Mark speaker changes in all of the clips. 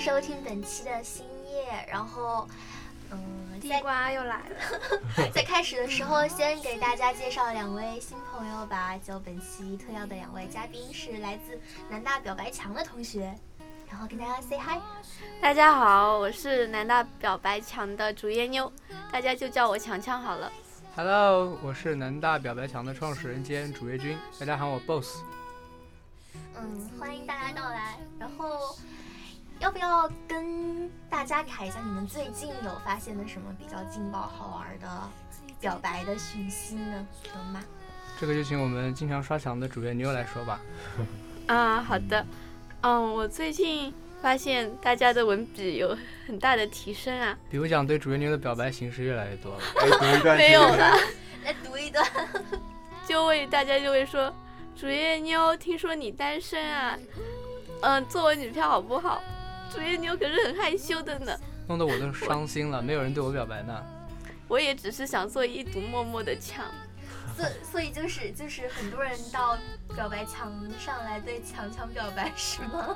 Speaker 1: 收听本期的新叶，然后，嗯，
Speaker 2: 地
Speaker 1: 在
Speaker 2: 瓜又来了，
Speaker 1: 在开始的时候，先给大家介绍两位新朋友吧。就本期特邀的两位嘉宾是来自南大表白墙的同学，然后跟大家 say hi。
Speaker 2: 大家好，我是南大表白墙的竹叶妞，大家就叫我强强好了。
Speaker 3: Hello，我是南大表白墙的创始人兼主页君，大家喊我 Boss。
Speaker 1: 嗯，欢迎大家到来。然后，要不要跟大家谈一下你们最近有发现的什么比较劲爆好玩的表白的讯息呢？有吗？
Speaker 3: 这个就请我们经常刷墙的主页妞来说吧。
Speaker 2: 啊，好的，嗯，我最近发现大家的文笔有很大的提升啊，
Speaker 3: 比如讲，对主页妞的表白形式越来越多了。
Speaker 4: 哎，读一段
Speaker 2: 没有
Speaker 4: 这个
Speaker 2: 啦，
Speaker 1: 来读一段。
Speaker 2: 就会大家就会说，竹叶妞，听说你单身啊，嗯，做我女票好不好？竹叶妞可是很害羞的呢，
Speaker 3: 弄得我都伤心了，没有人对我表白呢。
Speaker 2: 我也只是想做一堵默默的墙。
Speaker 1: 所所以就是就是很多人到表白墙上来对强强表白 是吗？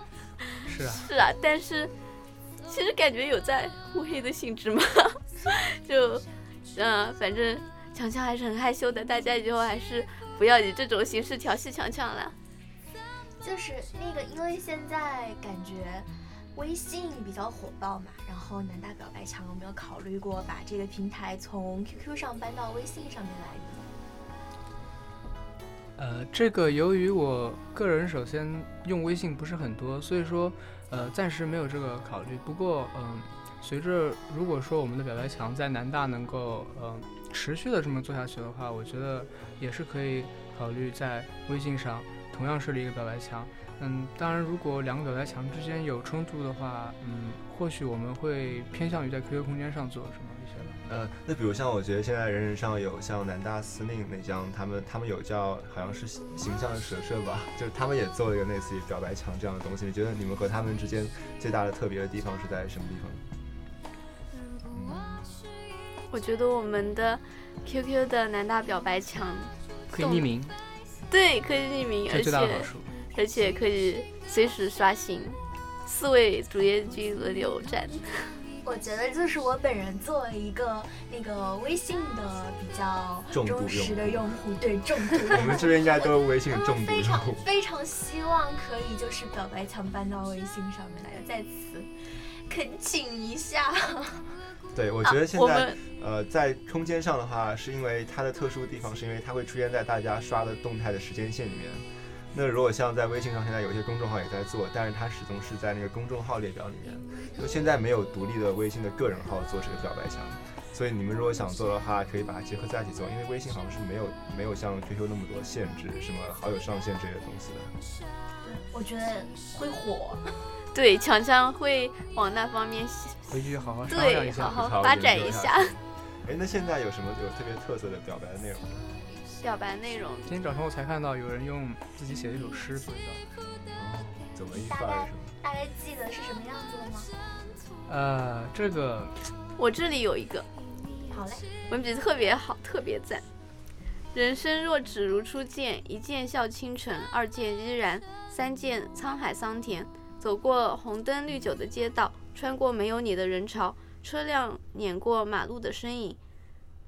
Speaker 3: 是啊，
Speaker 2: 是啊，但是其实感觉有在互黑的性质嘛， 就嗯、呃反正强强还是很害羞的，大家以后还是不要以这种形式调戏强强了。
Speaker 1: 就是那个，因为现在感觉微信比较火爆嘛，然后南大表白墙有没有考虑过把这个平台从 QQ 上搬到微信上面来呢？
Speaker 3: 呃，这个由于我个人首先用微信不是很多，所以说呃暂时没有这个考虑。不过嗯、随着如果说我们的表白墙在南大能够嗯、呃持续的这么做下去的话，我觉得也是可以考虑在微信上同样设立一个表白墙。嗯，当然，如果两个表白墙之间有冲突的话，嗯，或许我们会偏向于在 QQ 空间上做什么一些吧。
Speaker 4: 呃，那比如像我觉得现在人人上有像南大司令那张，他们他们有叫好像是形形象折射吧，就是他们也做了一个类似于表白墙这样的东西。你觉得你们和他们之间最大的特别的地方是在什么地方？
Speaker 2: 我觉得我们的 QQ 的南大表白墙，
Speaker 3: 可以匿名，
Speaker 2: 对，可以匿名，
Speaker 3: 这
Speaker 2: 而
Speaker 3: 是最大的好
Speaker 2: 且
Speaker 3: 处。
Speaker 2: 而且可以随时刷新，四位主页君轮流站。
Speaker 1: 我觉得就是我本人作为一个那个微信的比较
Speaker 4: 重度
Speaker 1: 忠实的
Speaker 4: 用
Speaker 1: 用户，对重度用户
Speaker 4: 我们这边应该都是微信重
Speaker 1: 嗯
Speaker 4: 度
Speaker 1: 非
Speaker 4: 用
Speaker 1: 常
Speaker 4: 户。
Speaker 1: 非常希望可以就是表白墙搬到微信上面来，在此恳请一下。
Speaker 4: 对，我觉得现
Speaker 2: 我
Speaker 4: 在
Speaker 2: 们
Speaker 4: 呃，在空间上的话，是因为它的特殊地方，是因为它会出现在大家刷的动态的时间线里面。那如果像在微信上，现在有一些公众号也在做，但是它始终是在那个公众号列表里面，就现在没有独立的微信的个人号做这个表白墙。所以你们如果想做的话，可以把它结合在一起做，因为微信好像是没有没有像 QQ 那么多限制，什么好友上限这些东西的。
Speaker 1: 我觉得会火，
Speaker 2: 对强强会往那方面
Speaker 3: 回去好好商量
Speaker 2: 对
Speaker 3: 一
Speaker 2: 好
Speaker 3: 下。
Speaker 2: 好
Speaker 4: 好
Speaker 2: 发
Speaker 4: 研究
Speaker 2: 展
Speaker 4: 一
Speaker 2: 一
Speaker 4: 下
Speaker 2: 下。
Speaker 4: 哎，那现在有什么有特别特色的表白的内容吗？
Speaker 2: 表白内容，
Speaker 3: 今天早上我才看到有人用自己写的一首诗做的，
Speaker 4: 怎么一范儿什么？
Speaker 1: 大概记得是什么样子的吗？
Speaker 3: 呃，这个
Speaker 2: 我这里有一个
Speaker 1: 好嘞，
Speaker 2: 文笔特别好，特别赞。人生若只如初见，一见笑倾城，二见依然，三见沧海桑田。走过红灯绿酒的街道，穿过没有你的人潮，车辆碾过马路的身影，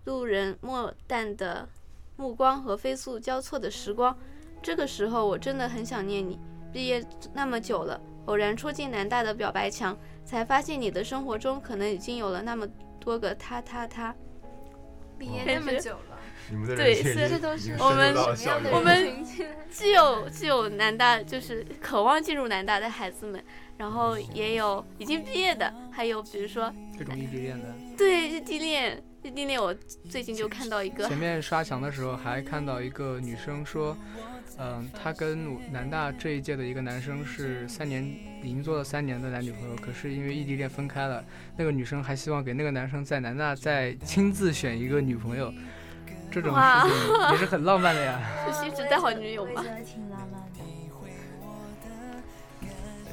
Speaker 2: 路人漠淡的目光和飞速交错的时光。这个时候，我真的很想念你。毕业那么久了，偶然戳进南大的表白墙，才发现你的生活中可能已经有了那么多个他他他。
Speaker 5: 毕业
Speaker 2: 感
Speaker 5: 那么
Speaker 2: 觉
Speaker 5: 久了，
Speaker 4: 你们的
Speaker 2: 对
Speaker 4: 人性已
Speaker 2: 是
Speaker 4: 经
Speaker 5: 这都
Speaker 4: 已
Speaker 5: 是
Speaker 4: 经
Speaker 2: 我
Speaker 4: 深
Speaker 2: 们
Speaker 4: 入到了
Speaker 5: 什么样
Speaker 4: 校
Speaker 5: 的
Speaker 4: 园
Speaker 2: 我们
Speaker 5: 人群？
Speaker 2: 既有既有南大就是渴望进入南大的孩子们，然后也有已经毕业的，还有比如说
Speaker 3: 这种异地恋的。
Speaker 2: 对异地恋，异地恋我最近就看到一个
Speaker 3: 前，面刷墙的时候还看到一个女生说，嗯、她跟我南大这一届的一个男生是三年已经做了三年的男女朋友，可是因为异地恋分开了，那个女生还希望给那个男生在南大再亲自选一个女朋友，这种
Speaker 2: 哇
Speaker 3: 事情也是很浪漫的呀。
Speaker 2: 就是一直带好女友
Speaker 1: 我
Speaker 2: 嘛
Speaker 1: 也。觉得挺浪漫的。
Speaker 4: 哎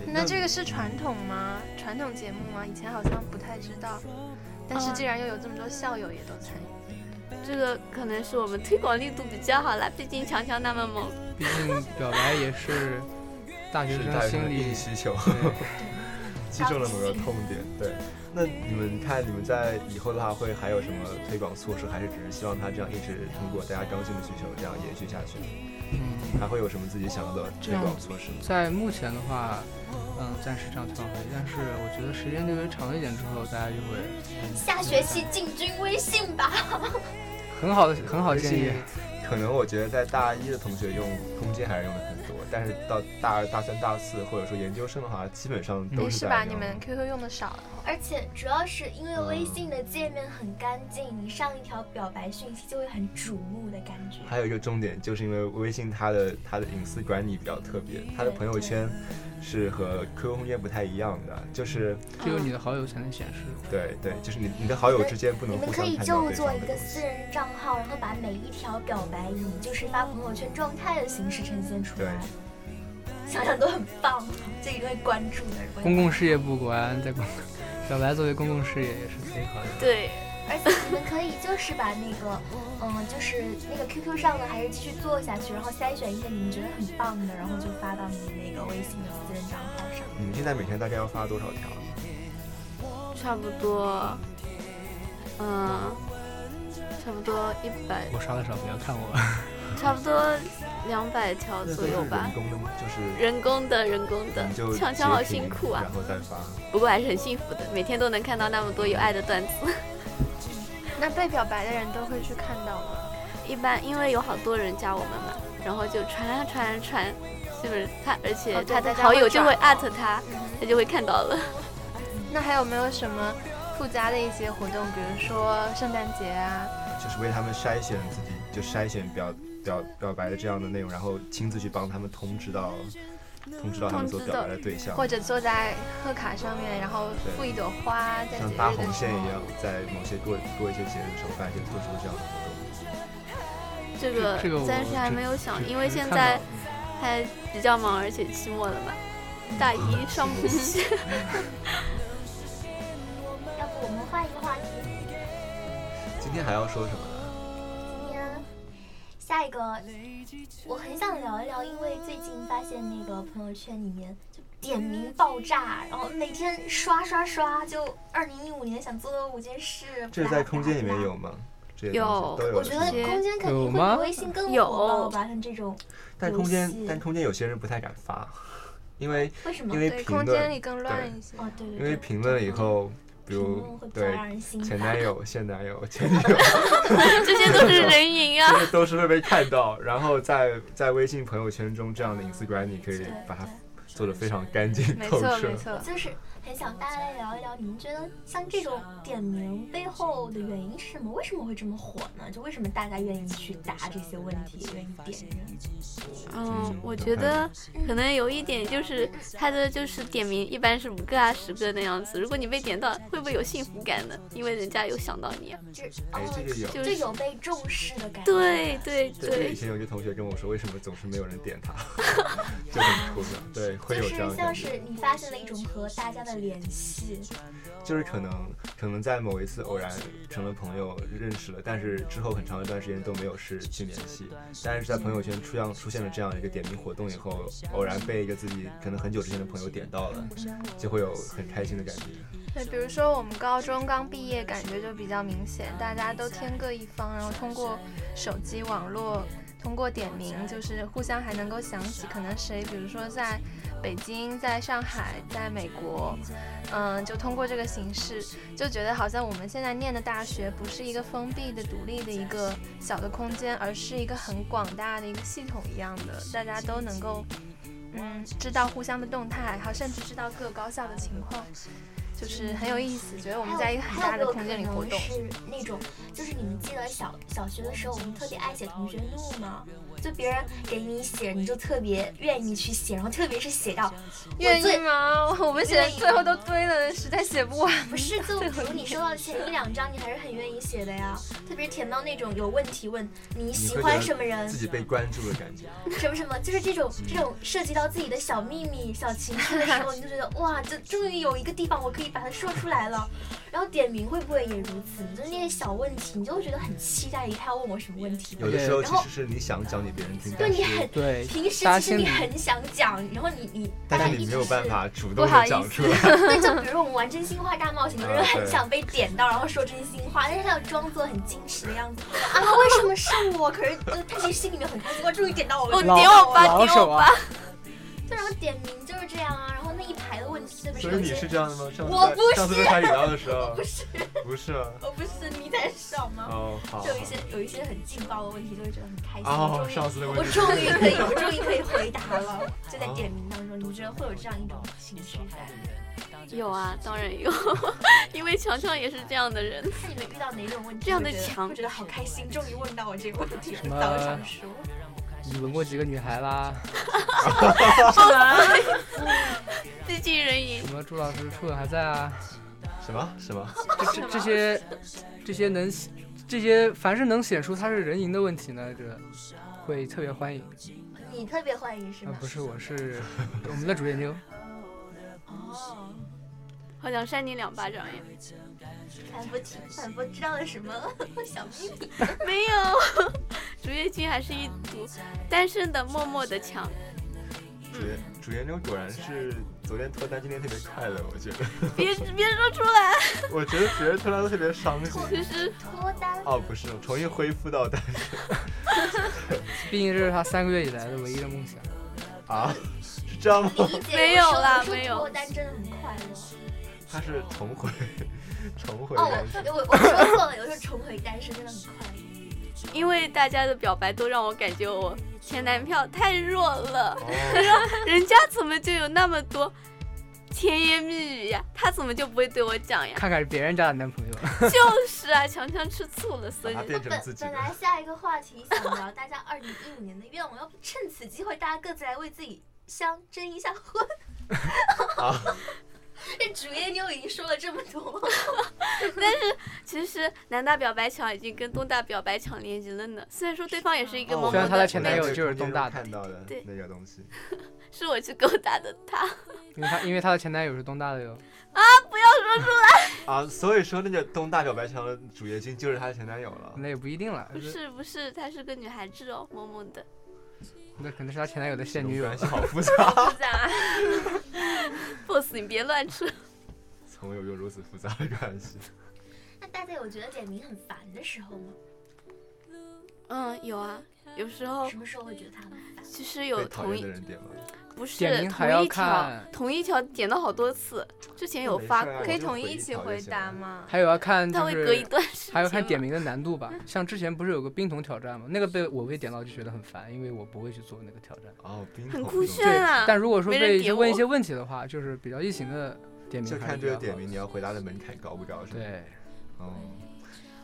Speaker 5: 那这个是传统吗？传统节目吗？以前好像不太知道，但是
Speaker 2: 嗯
Speaker 5: 既然又有这么多校友也都参与，
Speaker 2: 这个可能是我们推广力度比较好啦，毕竟强强那么猛，
Speaker 3: 毕竟表白也是大学
Speaker 4: 是
Speaker 3: 生
Speaker 4: 大学
Speaker 3: 心
Speaker 4: 生的
Speaker 3: 里
Speaker 4: 硬需求。
Speaker 3: 对
Speaker 4: 击中了某个痛点。对，那你们看，你们在以后的话会还有什么推广措施，还是只是希望它这样一直通过大家刚性的需求这样延续下去？
Speaker 3: 嗯，
Speaker 4: 还会有什么自己想要的推广措施？
Speaker 3: 在目前的话，嗯，暂时这样推广可以，但是我觉得时间略微长一点之后，大家就会嗯
Speaker 1: 下学期进军微信吧。
Speaker 3: 很好的很好的建议。
Speaker 4: 可能我觉得在大一的同学用空间还是用的很多，但是到大二、大三、大四或者说研究生的话，基本上都
Speaker 5: 没
Speaker 4: 是
Speaker 5: 事
Speaker 4: 在
Speaker 5: 吧？
Speaker 4: 用
Speaker 5: 你们 QQ 用的少了，
Speaker 1: 而且主要是因为微信的界面很干净，你上一条表白讯息就会很瞩目的感觉。
Speaker 4: 还有一个重点，就是因为微信它的它的隐私管理比较特别，它的朋友圈是和 QQ 空间不太一样的，就是
Speaker 3: 只有你的好友才能显示。
Speaker 4: 对对，就是你你的好友之间不
Speaker 1: 你
Speaker 4: 能
Speaker 1: 们
Speaker 4: 呃互
Speaker 1: 可
Speaker 4: 相
Speaker 1: 以
Speaker 4: 看到
Speaker 1: 就
Speaker 4: 对
Speaker 1: 做
Speaker 4: 方
Speaker 1: 一
Speaker 4: 的
Speaker 1: 个
Speaker 4: 东
Speaker 1: 私
Speaker 4: 西。
Speaker 1: 人账号，然后把每一条表白以就是发朋友圈状态的形式呈现出来。想想都很棒，这一位关注的人。
Speaker 3: 公共事业部果然在公，表白作为公共事业也是可以考虑的。
Speaker 2: 对，
Speaker 1: 而且你们可以就是把那个，嗯，就是那个 QQ 上的还是继续做下去，然后筛选一些你们觉得很棒的，然后就发到你那个微信的私人账号上。
Speaker 4: 你们现在每天大概要发多少条？
Speaker 2: 差不多，嗯，差不多一百，
Speaker 3: 我刷的少，不要看我。
Speaker 2: 差不多两百条
Speaker 4: 那
Speaker 2: 左右吧
Speaker 4: 人。工的吗？就是
Speaker 2: 人工的，人工的
Speaker 4: 你，就
Speaker 2: 强强好辛苦啊
Speaker 4: 然！后再发。
Speaker 2: 不过还是很幸福的，每天都能看到那么多有爱的段子。
Speaker 5: 那被表白的人都会去看到吗？
Speaker 2: 一般因为有好多人加我们嘛，然后就传啊传啊传，是不是他？而且
Speaker 5: 哦
Speaker 2: 他
Speaker 5: 对大
Speaker 2: 的
Speaker 5: 家
Speaker 2: 好
Speaker 5: 会
Speaker 2: 友就啊会艾
Speaker 5: 转
Speaker 2: 特他，他就会看到了。
Speaker 5: 那还有没有什么附加的一些活动，比如说圣诞节啊？
Speaker 4: 就是为他们筛选自己，就筛选表表表白的这样的内容，然后亲自去帮他们通知到通知到他们所
Speaker 2: 通知
Speaker 4: 表
Speaker 2: 到
Speaker 4: 白的对象，
Speaker 5: 或者坐在贺卡上面，然后
Speaker 4: 对
Speaker 5: 附一朵花，在
Speaker 4: 像
Speaker 5: 节
Speaker 4: 搭
Speaker 5: 日
Speaker 4: 红
Speaker 5: 的时
Speaker 4: 线一
Speaker 5: 候。
Speaker 4: 样，在某些过过一些节日的时候办一些特殊的这样的活动。
Speaker 2: 这个
Speaker 3: 这个我
Speaker 2: 暂时还
Speaker 3: 只
Speaker 2: 没有想，
Speaker 3: 只
Speaker 2: 因为
Speaker 3: 只
Speaker 2: 现
Speaker 3: 看到
Speaker 2: 在
Speaker 3: 了
Speaker 2: 还比较忙，而且期末了 嘛，大
Speaker 3: 啊
Speaker 2: 一上不起。
Speaker 1: 要不我们换一个话题，
Speaker 4: 今天还要说什么呢？
Speaker 1: 今天下一个，我很想聊一聊，因为最近发现那个朋友圈里面就点名爆炸，然后每天刷刷刷，就二零一五年想做的五件事。
Speaker 4: 这是在空间里面有吗？这些东西
Speaker 2: 有
Speaker 4: 都有
Speaker 1: 我
Speaker 4: 是
Speaker 1: 觉得
Speaker 4: 吗。
Speaker 1: 空间肯定
Speaker 3: 有
Speaker 1: 会
Speaker 3: 吗
Speaker 1: 比微信更
Speaker 2: 有
Speaker 1: 火爆吧，像这种
Speaker 4: 但空间
Speaker 1: 游戏
Speaker 4: 但空间有些人不太敢发，因为
Speaker 1: 为什么
Speaker 4: 因？为
Speaker 5: 对，
Speaker 4: 评
Speaker 5: 空间
Speaker 4: 论
Speaker 5: 里更乱 一些。
Speaker 1: 哦，对对对，
Speaker 4: 因为评论了以后，比
Speaker 1: 评
Speaker 4: 如
Speaker 1: 论会比较
Speaker 4: 对
Speaker 1: 让人心
Speaker 4: 前
Speaker 1: 烦。
Speaker 4: 男友、现男友、前女友。
Speaker 2: 这些 都是人影啊
Speaker 4: 这！些都是会被看到，然后在在微信朋友圈中这样的隐私管理可以
Speaker 1: 对
Speaker 4: 把它
Speaker 1: 对
Speaker 4: 做得非常干净
Speaker 5: 没
Speaker 4: 透
Speaker 5: 错
Speaker 4: 彻
Speaker 5: 没。错，
Speaker 1: 就是很想大家来聊一聊，你们觉得像这种点名背后的原因是什么？为什么会这么火呢？就为什么大家愿意去答这些问题，愿意点人？
Speaker 2: 嗯，我觉得
Speaker 3: 嗯
Speaker 2: 可能有一点就是他的就是点名一般是五个啊十个那样子，如果你被点到，会不会有幸福感呢？因为人家有想到你啊。
Speaker 1: 这
Speaker 4: 哎，这
Speaker 1: 哦，
Speaker 4: 个有。
Speaker 2: 就
Speaker 1: 就有被重视的感觉。
Speaker 2: 对对
Speaker 4: 对，这个以
Speaker 2: 对，
Speaker 4: 前有些同学跟我说，为什么总是没有人点他，就很苦恼。对，会
Speaker 1: 就
Speaker 4: 有这样
Speaker 1: 是
Speaker 4: 的
Speaker 1: 像
Speaker 4: 感觉，
Speaker 1: 是你发现了一种和大家的联系，
Speaker 4: 就是可能可能在某一次偶然成了朋友认识了，但是之后很长一段时间都没有失去联系。但是在朋友圈出样出现了这样一个点名活动以后，偶然被一个自己可能很久之前的朋友点到了，就会有很开心的感觉。
Speaker 5: 对，比如说我们高中刚毕业，感觉就比较明显，大家都天各一方，然后通过手机网络，通过点名，就是互相还能够想起可能谁，比如说在北京、在上海、在美国，嗯，就通过这个形式，就觉得好像我们现在念的大学不是一个封闭的、独立的一个小的空间，而是一个很广大的一个系统一样的，大家都能够。嗯，知道互相的动态，还有甚至知道各高校的情况，就是很有意思，觉得我们在一个很大
Speaker 1: 还有还有
Speaker 5: 的空间里活动。
Speaker 1: 没有可能是那种，就是你们记得小小学的时候，我们特别爱写同学录吗？就别人给你写，你就特别愿意去写，然后特别是写到
Speaker 5: 愿
Speaker 1: 我
Speaker 5: 意
Speaker 1: 最
Speaker 5: 吗？我们写的
Speaker 1: 愿意啊
Speaker 5: 最后都堆了，实在写不完。
Speaker 1: 不是，
Speaker 5: 嗯
Speaker 1: 就比如你收到前一两张，你还是很愿意写的呀。特别填到那种有问题问你喜欢什么人
Speaker 4: 自，己嗯被关注的感觉。
Speaker 1: 什么什么，就是这种这 种涉及到自己的小秘密、小情绪的时候，你就觉得哇，这终于有一个地方我可以把它说出来了。然后点名会不会也如此？就是那些小问题，你就会觉得很期待，他要问我什么问题。
Speaker 4: 有的时候
Speaker 1: 对
Speaker 4: 其实是你想讲你别人听，
Speaker 1: 就
Speaker 4: 但
Speaker 1: 你
Speaker 4: 是
Speaker 1: 很
Speaker 3: 对，
Speaker 1: 平时
Speaker 3: 大家
Speaker 1: 其实
Speaker 3: 心
Speaker 1: 你
Speaker 3: 里
Speaker 1: 很想讲，然后你你
Speaker 4: 但
Speaker 1: 把它一
Speaker 4: 是你没
Speaker 1: 直
Speaker 4: 有办
Speaker 1: 是
Speaker 4: 法主
Speaker 5: 不
Speaker 4: 动
Speaker 5: 好
Speaker 4: 的
Speaker 5: 意
Speaker 4: 讲
Speaker 5: 思
Speaker 4: 出 来。
Speaker 1: 对，就比如说我们玩真心话大冒险，有的人
Speaker 4: 啊
Speaker 1: 很
Speaker 4: 对
Speaker 1: 想被点到，然后说真心话，但是他要装作很矜持的样子 啊，为什么是我？可是就他其实心里面很开心，我终于点到我了，
Speaker 2: 哦
Speaker 1: 终于
Speaker 3: 老
Speaker 1: 点到我了。
Speaker 2: 点我吧，
Speaker 3: 老
Speaker 2: 点
Speaker 3: 手
Speaker 2: 我
Speaker 3: 啊
Speaker 2: 吧。
Speaker 1: 对，然后点名就是这样啊，然后那一排的问题特别
Speaker 4: 所
Speaker 1: 是有
Speaker 4: 以你
Speaker 1: 些
Speaker 4: 是这样的吗？上次
Speaker 1: 我
Speaker 4: 在
Speaker 1: 不
Speaker 4: 上次在
Speaker 1: 是
Speaker 4: 他饮料 的时候
Speaker 1: 不，是，
Speaker 4: 不是啊
Speaker 1: 哦我不是你在笑吗？
Speaker 4: 哦，好。
Speaker 1: 就有一些有一些很劲爆的问题，就会觉得很开心。我
Speaker 4: 哦
Speaker 1: 终，于
Speaker 4: 上次的
Speaker 1: 我
Speaker 4: 问题。哦
Speaker 1: 终于 可以，我终于可以回答了。就在点名当中，你觉得会有这样一种情绪在？
Speaker 2: 有啊，当然有， 因为强强也是这样的人。
Speaker 1: 那你们遇到哪种问题
Speaker 2: 这样的
Speaker 1: 会觉得
Speaker 2: 墙
Speaker 1: 会觉得好开心，终于问到我这个问题了，
Speaker 3: 什么
Speaker 1: 当场说。
Speaker 3: 你吻过几个女孩啦？
Speaker 2: 自尽人饮，
Speaker 3: 什么朱老师初吻还在啊？
Speaker 4: 什么什么？
Speaker 3: 这这这些这些能这些凡是能显出他是人赢的问题呢，这个会特别欢迎。
Speaker 1: 你特别欢迎是
Speaker 3: 啊
Speaker 1: 吗，？
Speaker 3: 不是，我是我们的主研究。
Speaker 1: 哦，
Speaker 2: 好想扇你两巴掌耶！
Speaker 1: 反复听，反复知道了什么 小秘密？
Speaker 2: 没有， 竹叶青还是一堵单身的默默的墙。
Speaker 1: 嗯
Speaker 4: 主研主研究果然是昨天脱单，今天特别快乐，我觉得。
Speaker 2: 别别说出来，
Speaker 4: 我觉得别人脱单都特别伤心。
Speaker 2: 其实
Speaker 1: 脱单
Speaker 4: 哦，不是，重新恢复到单
Speaker 3: 毕竟这是他三个月以来的唯一的梦想。
Speaker 4: 啊，是这样吗？
Speaker 1: 理解
Speaker 2: 没有
Speaker 1: 我说
Speaker 2: 啦
Speaker 1: 我说
Speaker 2: 没有
Speaker 1: 脱单真的很快乐。
Speaker 4: 他是重回， 重回
Speaker 1: 哦，
Speaker 4: 单身。
Speaker 1: 我我我说错了，有时候重回单身真的很快乐。
Speaker 2: 因为大家的表白都让我感觉我前男票太弱了，
Speaker 4: 哦，
Speaker 2: 人家怎么就有那么多甜言蜜语呀？他怎么就不会对我讲呀？
Speaker 3: 看看别人家的男朋友，
Speaker 2: 就是啊，强强吃醋了，所以
Speaker 4: 把它变成自
Speaker 1: 本
Speaker 4: 己的
Speaker 1: 本。来下一个话题想聊大家二零一五年的愿望，要不趁此机会大家各自来为自己相争一下婚。
Speaker 4: 啊，
Speaker 1: 这主页妞已经说了这么多，
Speaker 2: 其实南大表白墙已经跟东大表白墙连接了呢。虽然说对方也是一个
Speaker 4: 哦
Speaker 2: 萌
Speaker 4: 我
Speaker 3: 虽
Speaker 2: 萌
Speaker 3: 然他的
Speaker 2: 的，
Speaker 3: 前男友就是东大的
Speaker 4: 看到的
Speaker 2: 对
Speaker 4: 那个东西。
Speaker 2: 是我去勾搭的他。
Speaker 3: 因为他因为他的前男友是东大的哟。
Speaker 4: 啊，所以说那个东大表白墙的主页君就是她前男友了。
Speaker 3: 那也不一定了
Speaker 2: 不， 是不是，她是个女孩子哦，萌萌 的。
Speaker 3: 那可能是他前男友的现女友
Speaker 4: 关。系好复杂，
Speaker 2: 复 杂。boss，你啊别乱吃。
Speaker 4: 从未有过如此复杂的关系。
Speaker 1: 那大家有觉得点名很烦的时候吗？
Speaker 2: 嗯，有啊，有时候
Speaker 1: 什么时候会觉得他很烦？
Speaker 2: 其实
Speaker 4: 被
Speaker 2: 有
Speaker 4: 讨
Speaker 2: 同
Speaker 4: 厌的
Speaker 2: 一
Speaker 4: 人点吗？
Speaker 2: 不是
Speaker 3: 点名还
Speaker 2: 同
Speaker 3: 要
Speaker 2: 一条
Speaker 3: 看哦
Speaker 2: 同一条点了好多次，之前有
Speaker 4: 没事
Speaker 2: 发
Speaker 4: 啊
Speaker 2: 过
Speaker 4: 我
Speaker 5: 可以
Speaker 4: 就
Speaker 5: 统
Speaker 4: 回
Speaker 5: 一一
Speaker 4: 一
Speaker 5: 起
Speaker 4: 条就
Speaker 5: 回
Speaker 4: 行
Speaker 5: 答
Speaker 4: 了
Speaker 5: 吗？
Speaker 3: 还有要看
Speaker 2: 他
Speaker 3: 就
Speaker 2: 会隔一
Speaker 3: 是
Speaker 2: 段时间嘛。嗯
Speaker 3: 还有看点名的难度吧，像之前不是有个冰桶挑战吗？那个被我被点到就觉得很烦，因为我不会去做那个挑战。
Speaker 4: 哦，冰
Speaker 2: 很
Speaker 4: 桶
Speaker 2: 酷
Speaker 4: 这种
Speaker 2: 炫啊！
Speaker 3: 但如果说
Speaker 2: 没人
Speaker 3: 被
Speaker 2: 点
Speaker 3: 就问一
Speaker 2: 我
Speaker 3: 些问题的话，就是比较异形的点名
Speaker 4: 就
Speaker 3: 还是比较好的，
Speaker 4: 看这个点名你要回答的门槛高不高，是吧？，
Speaker 3: 对，
Speaker 4: 哦，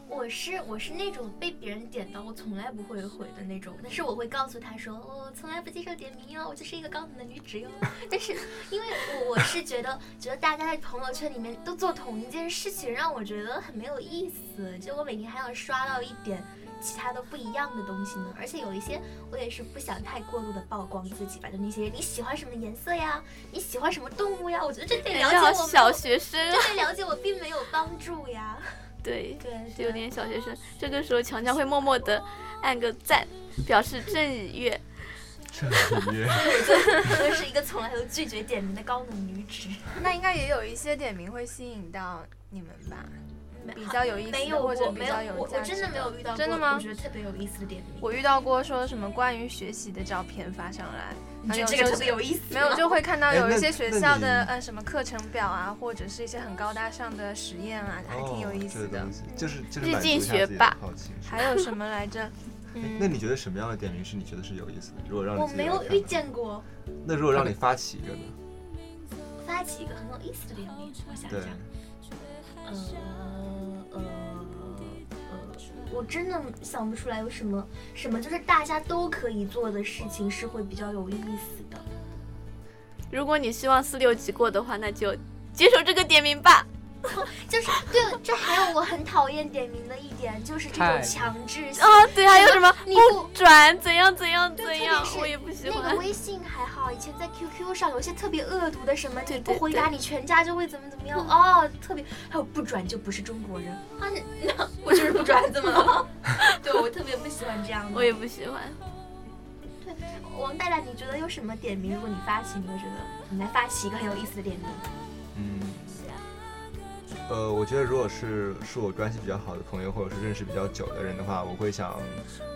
Speaker 1: 我是我是那种被别人点到我从来不会回的那种，但是我会告诉他说，哦我从来不接受点名哟，哦我就是一个高冷的女子哟。 但是因为我我是觉得觉得大家在朋友圈里面都做同一件事情，让我觉得很没有意思。就我每天还要刷到一点其他的不一样的东西呢，而且有一些我也是不想太过度的曝光自己吧，就那些你喜欢什么颜色呀，你喜欢什么动物呀，我觉得这对了
Speaker 2: 人
Speaker 1: 解
Speaker 2: 家好
Speaker 1: 我没
Speaker 2: 小
Speaker 1: 有，
Speaker 2: 学生啊，
Speaker 1: 这对了解我并没有帮助呀。
Speaker 2: 对，
Speaker 1: 对，
Speaker 2: 有点小学生。这个时候强强会默默的按个赞，表示正愉悦。
Speaker 4: 这里 面
Speaker 1: 我是一个从来都拒绝点名的高冷女子，
Speaker 5: 那应该也有一些点名会吸引到你们吧？比较有意思
Speaker 1: 没有
Speaker 5: 或者
Speaker 1: 我
Speaker 5: 比
Speaker 1: 没
Speaker 5: 较
Speaker 1: 有
Speaker 5: 有
Speaker 1: 我我
Speaker 5: 价
Speaker 1: 真
Speaker 5: 值
Speaker 1: 的没有遇到过，
Speaker 5: 真的吗
Speaker 1: 我觉得特别有意思的点名，
Speaker 5: 我遇到过说什么关于学习的照片发上来，
Speaker 1: 你觉得
Speaker 5: 然后
Speaker 1: 这个
Speaker 5: 有时
Speaker 1: 特
Speaker 5: 候
Speaker 1: 别有意思吗，嗯
Speaker 5: 没有就会看到
Speaker 4: 哎
Speaker 5: 有一
Speaker 4: 那
Speaker 5: 些学
Speaker 4: 那
Speaker 5: 校
Speaker 4: 你
Speaker 5: 的呃什么课程表啊，或者是一些很高大上的实验啊， 还挺有意思的。
Speaker 4: 哦、这个东西就是就是
Speaker 2: 日
Speaker 4: 满足
Speaker 2: 进
Speaker 4: 一下
Speaker 2: 学
Speaker 4: 自己的
Speaker 2: 霸
Speaker 4: 好奇。
Speaker 5: 还有什么来着？ 嗯，
Speaker 4: 那你觉得什么样的点名是你觉得是有意思的？如果让你
Speaker 1: 我
Speaker 4: 自己
Speaker 1: 没
Speaker 4: 来
Speaker 1: 有
Speaker 4: 看的
Speaker 1: 遇
Speaker 4: 话，
Speaker 1: 见过
Speaker 4: 那如果让你发起一个呢？
Speaker 1: 发起一个很有意思的点名，我想
Speaker 4: 对
Speaker 1: 想，，呃呃呃，我真的想不出来有什么什么就是大家都可以做的事情是会比较有意思的。
Speaker 2: 如果你希望四六级过的话，那就接受这个点名吧。
Speaker 1: 就是对，这还有我很讨厌点名的一点，就是这
Speaker 3: 太
Speaker 1: 种强制性。
Speaker 2: 啊，对，还有什么
Speaker 1: 你不
Speaker 2: 转怎样怎样
Speaker 1: 对
Speaker 2: 怎
Speaker 1: 特别
Speaker 2: 样，
Speaker 1: 是
Speaker 2: 我也不喜
Speaker 1: 那个
Speaker 2: 欢。
Speaker 1: 微信还好，以前在 QQ 上有一些特别恶毒的什么，
Speaker 2: 对
Speaker 1: 你不
Speaker 2: 对嗯
Speaker 1: 回答你全家就会怎么怎么样哦，特别还有不转就不是中国人啊，那我就是不转怎么了？对我特别不喜欢这样的，
Speaker 2: 我也不喜欢。
Speaker 1: 王大大，你觉得有什么点名？如果你发起，你会觉得你来发起一个很有意思的点名。
Speaker 4: 嗯，呃，我觉得如果是是我关系比较好的朋友，或者是认识比较久的人的话，我会想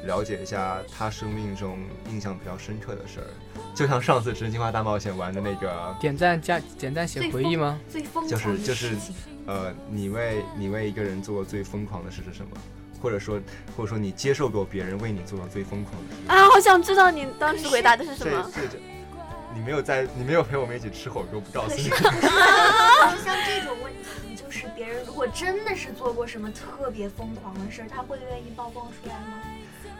Speaker 4: 了解一下他生命中印象比较深刻的事儿，就像上次《真心话大冒险》玩的那个，
Speaker 3: 点赞加点赞写回忆吗？
Speaker 1: 最疯
Speaker 4: 就
Speaker 1: 狂
Speaker 4: 是
Speaker 1: 的
Speaker 4: 就是
Speaker 1: 事情，
Speaker 4: 呃，你为你为一个人做过最疯狂的事是什么？或者说，或者说你接受过别人为你做的最疯狂的事？
Speaker 2: 啊，好想知道你当时回答的是什
Speaker 4: 这
Speaker 2: 么。
Speaker 4: 这这，你没有在，你没有陪我们一起吃火锅，不告诉
Speaker 1: 可是
Speaker 4: 你。
Speaker 1: 就是像这种问题，就是别人如果真的是做过什么特别疯狂的事儿，他会愿意曝光出来吗？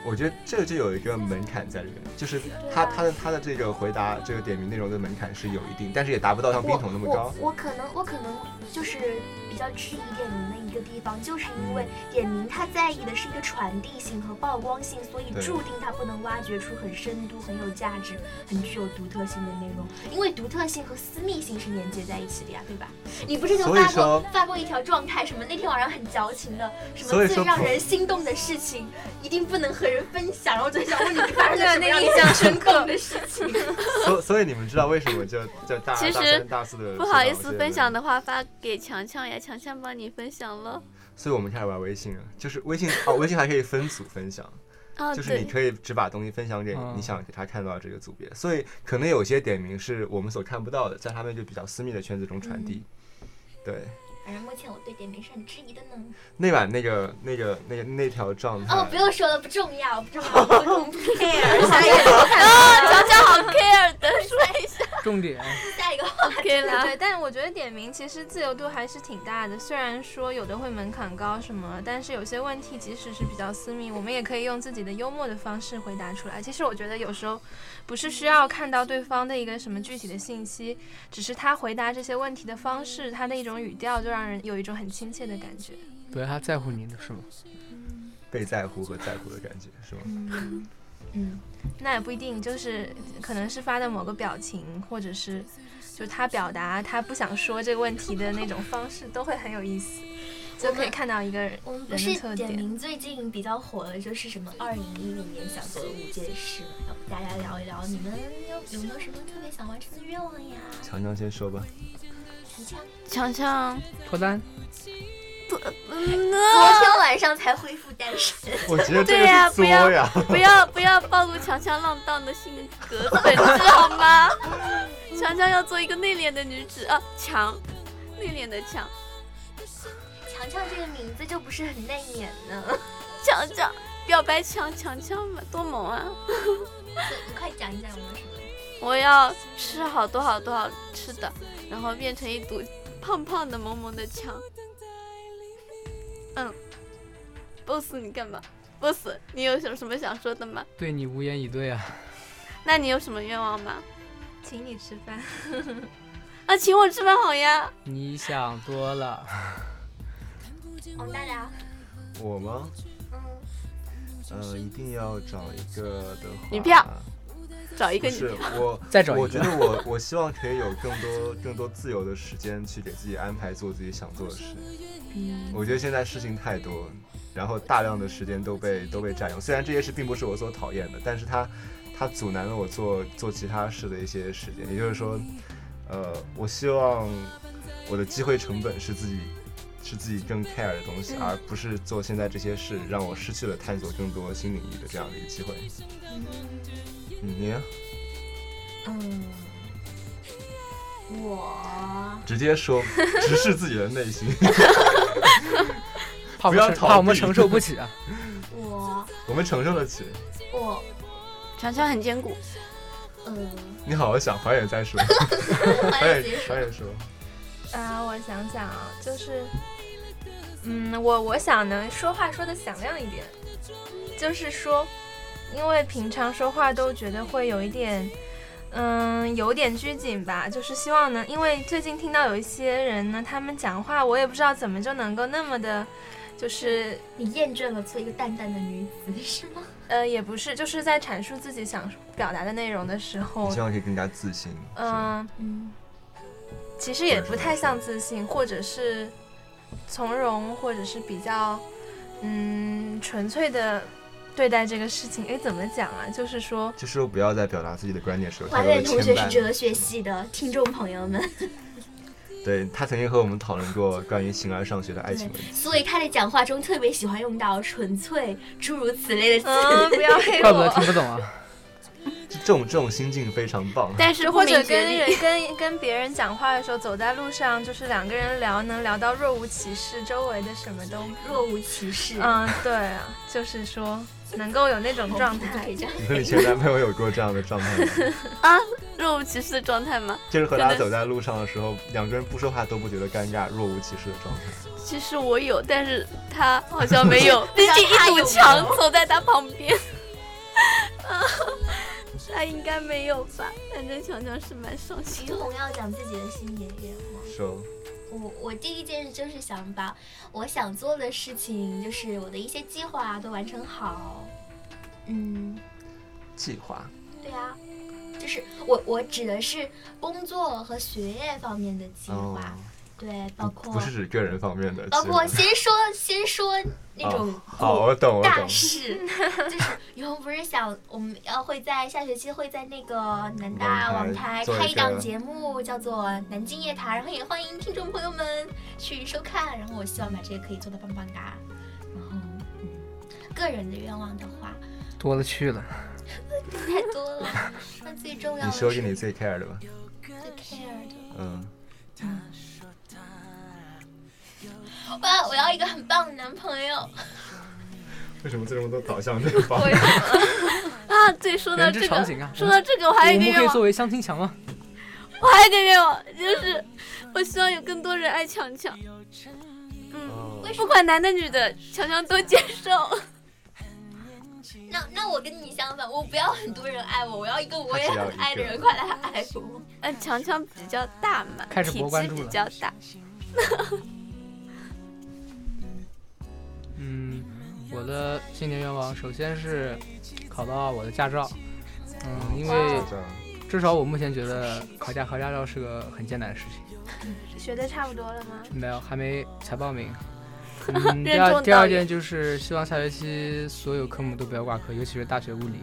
Speaker 4: 我觉得这就有一个门槛在里面，就是
Speaker 2: 啊
Speaker 4: 他他的他的这个回答这个点名内容的门槛是有一定，但是也达不到像冰
Speaker 1: 我
Speaker 4: 桶那么
Speaker 1: 我
Speaker 4: 高。
Speaker 1: 我可能我可能就是比较质疑点名的一个地方，就是因为点名他在意的是一个传递性和曝光性，所以
Speaker 4: 对
Speaker 1: 注定他不能挖掘出很深度、很有价值、很具有独特性的内容，因为独特性和私密性是连接在一起的呀，对吧？你不是就
Speaker 4: 所以
Speaker 1: 发过
Speaker 4: 说
Speaker 1: 发过一条状态，什么那天晚上很矫情的，什
Speaker 4: 所
Speaker 1: 么
Speaker 4: 以
Speaker 1: 最
Speaker 4: 说
Speaker 1: 让
Speaker 4: 朋
Speaker 1: 人心动的事情，一定不能和人分享，然后我就想问你发生
Speaker 5: 对
Speaker 1: 了
Speaker 5: 啊，
Speaker 1: 什么
Speaker 5: 那
Speaker 1: 样的
Speaker 5: 个印象深
Speaker 1: 心动
Speaker 5: 刻。
Speaker 1: 的事情？
Speaker 4: 所所以你们知道为什么就就大
Speaker 2: 其
Speaker 4: 大
Speaker 2: 实
Speaker 4: 三大四的
Speaker 2: 不好意思，分享。的话发给强强呀，强强帮你分享了。
Speaker 4: 所以我们开始玩微信了，就是微信哦，微信还可以分组分享，
Speaker 2: 啊，
Speaker 4: 就是你
Speaker 2: 对，
Speaker 4: 可以只把东西分享给
Speaker 3: 嗯
Speaker 4: 你想给他看到的这个组别。所以可能有些点名是我们所看不到的，在他们就比较私密的圈子中传递。
Speaker 2: 嗯
Speaker 4: 对，
Speaker 1: 反正目前我对点名是很质疑的呢。
Speaker 4: 那晚那个那个那个那条状态，
Speaker 1: 哦，不用说了，不重要，不重要，我不 care。下一
Speaker 2: 强强好 care 的说一下。
Speaker 3: 重点
Speaker 1: 下一个话题，
Speaker 2: OK
Speaker 5: 对
Speaker 2: 啦，
Speaker 5: 对，但我觉得点名其实自由度还是挺大的，虽然说有的会门槛高什么，但是有些问题即使是比较私密，我们也可以用自己的幽默的方式回答出来。其实我觉得有时候不是需要看到对方的一个什么具体的信息，只是他回答这些问题的方式，他的一种语调，就让人有一种很亲切的感觉。
Speaker 3: 不要他在乎你的是吗？
Speaker 4: 被在乎和在乎的感觉是吗？
Speaker 1: 嗯嗯，
Speaker 5: 那也不一定，就是可能是发的某个表情，或者是就他表达他不想说这个问题的那种方式，都会很有意思，就可以看到一个人
Speaker 1: 我们不
Speaker 5: 人
Speaker 1: 是
Speaker 5: 的特
Speaker 1: 点
Speaker 5: 点。
Speaker 1: 名最近比较火的就是什么二零一零年想做的五件事嘛，要不大家聊一聊，你们有有没有什么特别想完成的愿望呀？
Speaker 4: 强强先说吧。
Speaker 1: 强强，
Speaker 2: 强强，
Speaker 3: 脱单，
Speaker 2: 嗯
Speaker 1: 昨
Speaker 2: 呢，
Speaker 1: 天晚上才恢复单身，
Speaker 4: 我觉得
Speaker 2: 这个是作呀对
Speaker 4: 呀。
Speaker 2: 不要不要暴露强强浪荡的性格本质好吗？强强要做一个内敛的女子啊，强，内敛的强，
Speaker 1: 强强这个名字就不是很内敛呢，
Speaker 2: 强强表白强强强嘛，多萌啊！
Speaker 1: 你快讲一讲有没有什么？
Speaker 2: 我要吃好多好多好吃的，然后变成一堵胖胖的、萌萌的墙。嗯，boss 你干嘛？boss 你有什什么想说的吗？
Speaker 3: 对你无言以对啊！
Speaker 2: 那你有什么愿望吗？
Speaker 5: 请你吃饭，
Speaker 2: 啊，请我吃饭好呀！
Speaker 3: 你想多了，
Speaker 1: 王大大，
Speaker 4: 我吗？
Speaker 1: 嗯，
Speaker 4: 呃，一定要找一个的话
Speaker 2: 女票。找一
Speaker 4: 不
Speaker 2: 个
Speaker 4: 是
Speaker 2: 你，
Speaker 4: 我，
Speaker 3: 再找
Speaker 4: 我
Speaker 3: 一
Speaker 4: 觉
Speaker 3: 个。
Speaker 4: 得我我希望可以有更多更多自由的时间去给自己安排做自己想做的事。我觉得现在事情太多，然后大量的时间都被都被占用。虽然这些事并不是我所讨厌的，但是它它阻拦了我做做其他事的一些时间。也就是说，呃，我希望我的机会成本是自己是自己更 care 的东西，而不是做现在这些事让我失去了探索更多新领域的这样的一个机会。嗯，你呢
Speaker 1: 嗯，我
Speaker 4: 直接说， 直视自己的内 心。
Speaker 3: 怕我
Speaker 4: 不要
Speaker 3: 们承
Speaker 4: 逃
Speaker 3: 怕我们
Speaker 4: 避
Speaker 3: 承受不起 啊！
Speaker 1: 我
Speaker 4: 我们承受得起。
Speaker 1: 我
Speaker 2: 强强很坚固。
Speaker 1: 嗯，
Speaker 4: 你好好想，怀远再 说。怀
Speaker 1: 怀疑
Speaker 4: 远，怀远说，
Speaker 5: 啊、我想想啊，就是，嗯，我我想能说话说的响亮一点，就是说，因为平常说话都觉得会有一点，嗯，有点拘谨吧，就是希望能，因为最近听到有一些人呢，他们讲话，我也不知道怎么就能够那么的，就是
Speaker 1: 你验证了做一个淡淡的女子是吗？
Speaker 5: 呃，也不是，就是在阐述自己想表达的内容的时候
Speaker 4: 你希，望可以更加自信。
Speaker 5: 嗯、
Speaker 4: 是吗
Speaker 1: 嗯，
Speaker 5: 其实也不太像自信，或者是从容，或者是比较嗯纯粹的对待这个事情，哎，怎么讲啊？就 是说，
Speaker 4: 就是说不要在表达自己的观点时候，
Speaker 6: 华
Speaker 4: 太多
Speaker 6: 远
Speaker 4: 的
Speaker 6: 同学
Speaker 4: 牵
Speaker 6: 是
Speaker 4: 绊。
Speaker 6: 哲学系的听众朋友们，
Speaker 4: 对他曾经和我们讨论过关于形而上学的爱情问题。
Speaker 6: 所以他的讲话中特别喜欢用到“纯粹”诸如此类的词。
Speaker 5: 嗯，不要
Speaker 2: 哎
Speaker 5: 黑
Speaker 3: 怪不得听
Speaker 5: 我，
Speaker 3: 不懂啊。
Speaker 4: 这种这种心境非常棒。
Speaker 2: 但是
Speaker 5: 就
Speaker 2: 不
Speaker 5: 或
Speaker 2: 明
Speaker 5: 者
Speaker 2: 觉
Speaker 5: 跟
Speaker 2: 厉，
Speaker 5: 人跟跟别人讲话的时候，走在路上，就是两个人聊，能聊到若无其事，周围的什么都，
Speaker 6: 若无其事。
Speaker 5: 嗯，对啊，就是说能够有那种
Speaker 6: 哦
Speaker 5: 状
Speaker 6: 不
Speaker 5: 态
Speaker 6: 可。以这样。
Speaker 4: 你和你前男朋友有过这样的状态吗？
Speaker 2: 若无其事的状态吗？
Speaker 4: 就是和他走在路上的时候，两个人不说话都不觉得尴尬，若无其事的状态。
Speaker 2: 其实我有，但是他好像没有， 毕竟
Speaker 6: 他有
Speaker 2: 一
Speaker 6: 没
Speaker 2: 堵
Speaker 6: 有
Speaker 2: 墙走在他旁边。 他应该没有吧？反正强强是蛮伤心
Speaker 6: 于
Speaker 2: 的。
Speaker 6: 红要讲自己的新年愿望。
Speaker 4: 说，
Speaker 6: 我我第一件事就是想把我想做的事情，就是我的一些计划啊都完成好。嗯，
Speaker 4: 计划
Speaker 6: 对啊，就是我我指的是工作和学业方面的计
Speaker 4: 哦，
Speaker 6: 划，对，包
Speaker 4: 不
Speaker 6: 括
Speaker 4: 不是指个人方面的计划，
Speaker 6: 包括先说先说那种
Speaker 4: 哦好，我懂，我
Speaker 6: 大
Speaker 4: 懂。
Speaker 6: 事， 就是以后不是想我们要会在下学期会在那个南
Speaker 4: 网台
Speaker 6: 大网台
Speaker 4: 做一
Speaker 6: 开一档
Speaker 4: 个
Speaker 6: 节目，叫做《南京夜谈》，然后也欢迎听众朋友们去收看。然后我希望把这个可以做到棒棒哒。然后，嗯，个人的愿望的话
Speaker 3: 多了去了，
Speaker 6: 太多了，那最重要
Speaker 4: 你
Speaker 6: 的
Speaker 4: 说
Speaker 6: 是
Speaker 4: 给你最 care 的吧，
Speaker 6: 最 care 的。
Speaker 4: 嗯，
Speaker 6: 我要我要一个很棒的男朋友，
Speaker 4: 为什么最终都导向这个方
Speaker 5: 我
Speaker 4: 向？
Speaker 2: 啊，对，说到
Speaker 3: 人之
Speaker 2: 这
Speaker 3: 常
Speaker 2: 个，
Speaker 3: 情啊。
Speaker 2: 说到这个，我
Speaker 3: 我
Speaker 2: 还有一个
Speaker 3: 们可
Speaker 2: 愿
Speaker 3: 以
Speaker 2: 望
Speaker 3: 作，为相亲墙吗？
Speaker 2: 我还有一个愿望，就是我希望有更多人爱强强。嗯，
Speaker 4: 哦
Speaker 2: 不管男的女的，强强都接受。
Speaker 6: 那那我跟你相反，我不要很多人爱我，我要一个我也
Speaker 4: 他只要
Speaker 6: 很
Speaker 4: 一
Speaker 6: 爱的
Speaker 4: 个
Speaker 6: 人快来爱我。
Speaker 2: 呃，强强比较大嘛，
Speaker 3: 开始
Speaker 2: 体
Speaker 3: 博
Speaker 2: 积
Speaker 3: 关注
Speaker 2: 比
Speaker 3: 了
Speaker 2: 较大。
Speaker 3: 嗯，我的新年愿望首先是考到我的驾照。嗯，因为
Speaker 4: 这样
Speaker 3: 至少我目前觉得考驾考驾照是个很艰难的事情。
Speaker 5: 学的差不多了吗？
Speaker 3: 没有，还没才报名。嗯，第
Speaker 2: 任
Speaker 3: 二
Speaker 2: 重
Speaker 3: 第
Speaker 2: 道
Speaker 3: 二
Speaker 2: 远
Speaker 3: 件就是希望下学期所有科目都不要挂科，尤其是大学物理。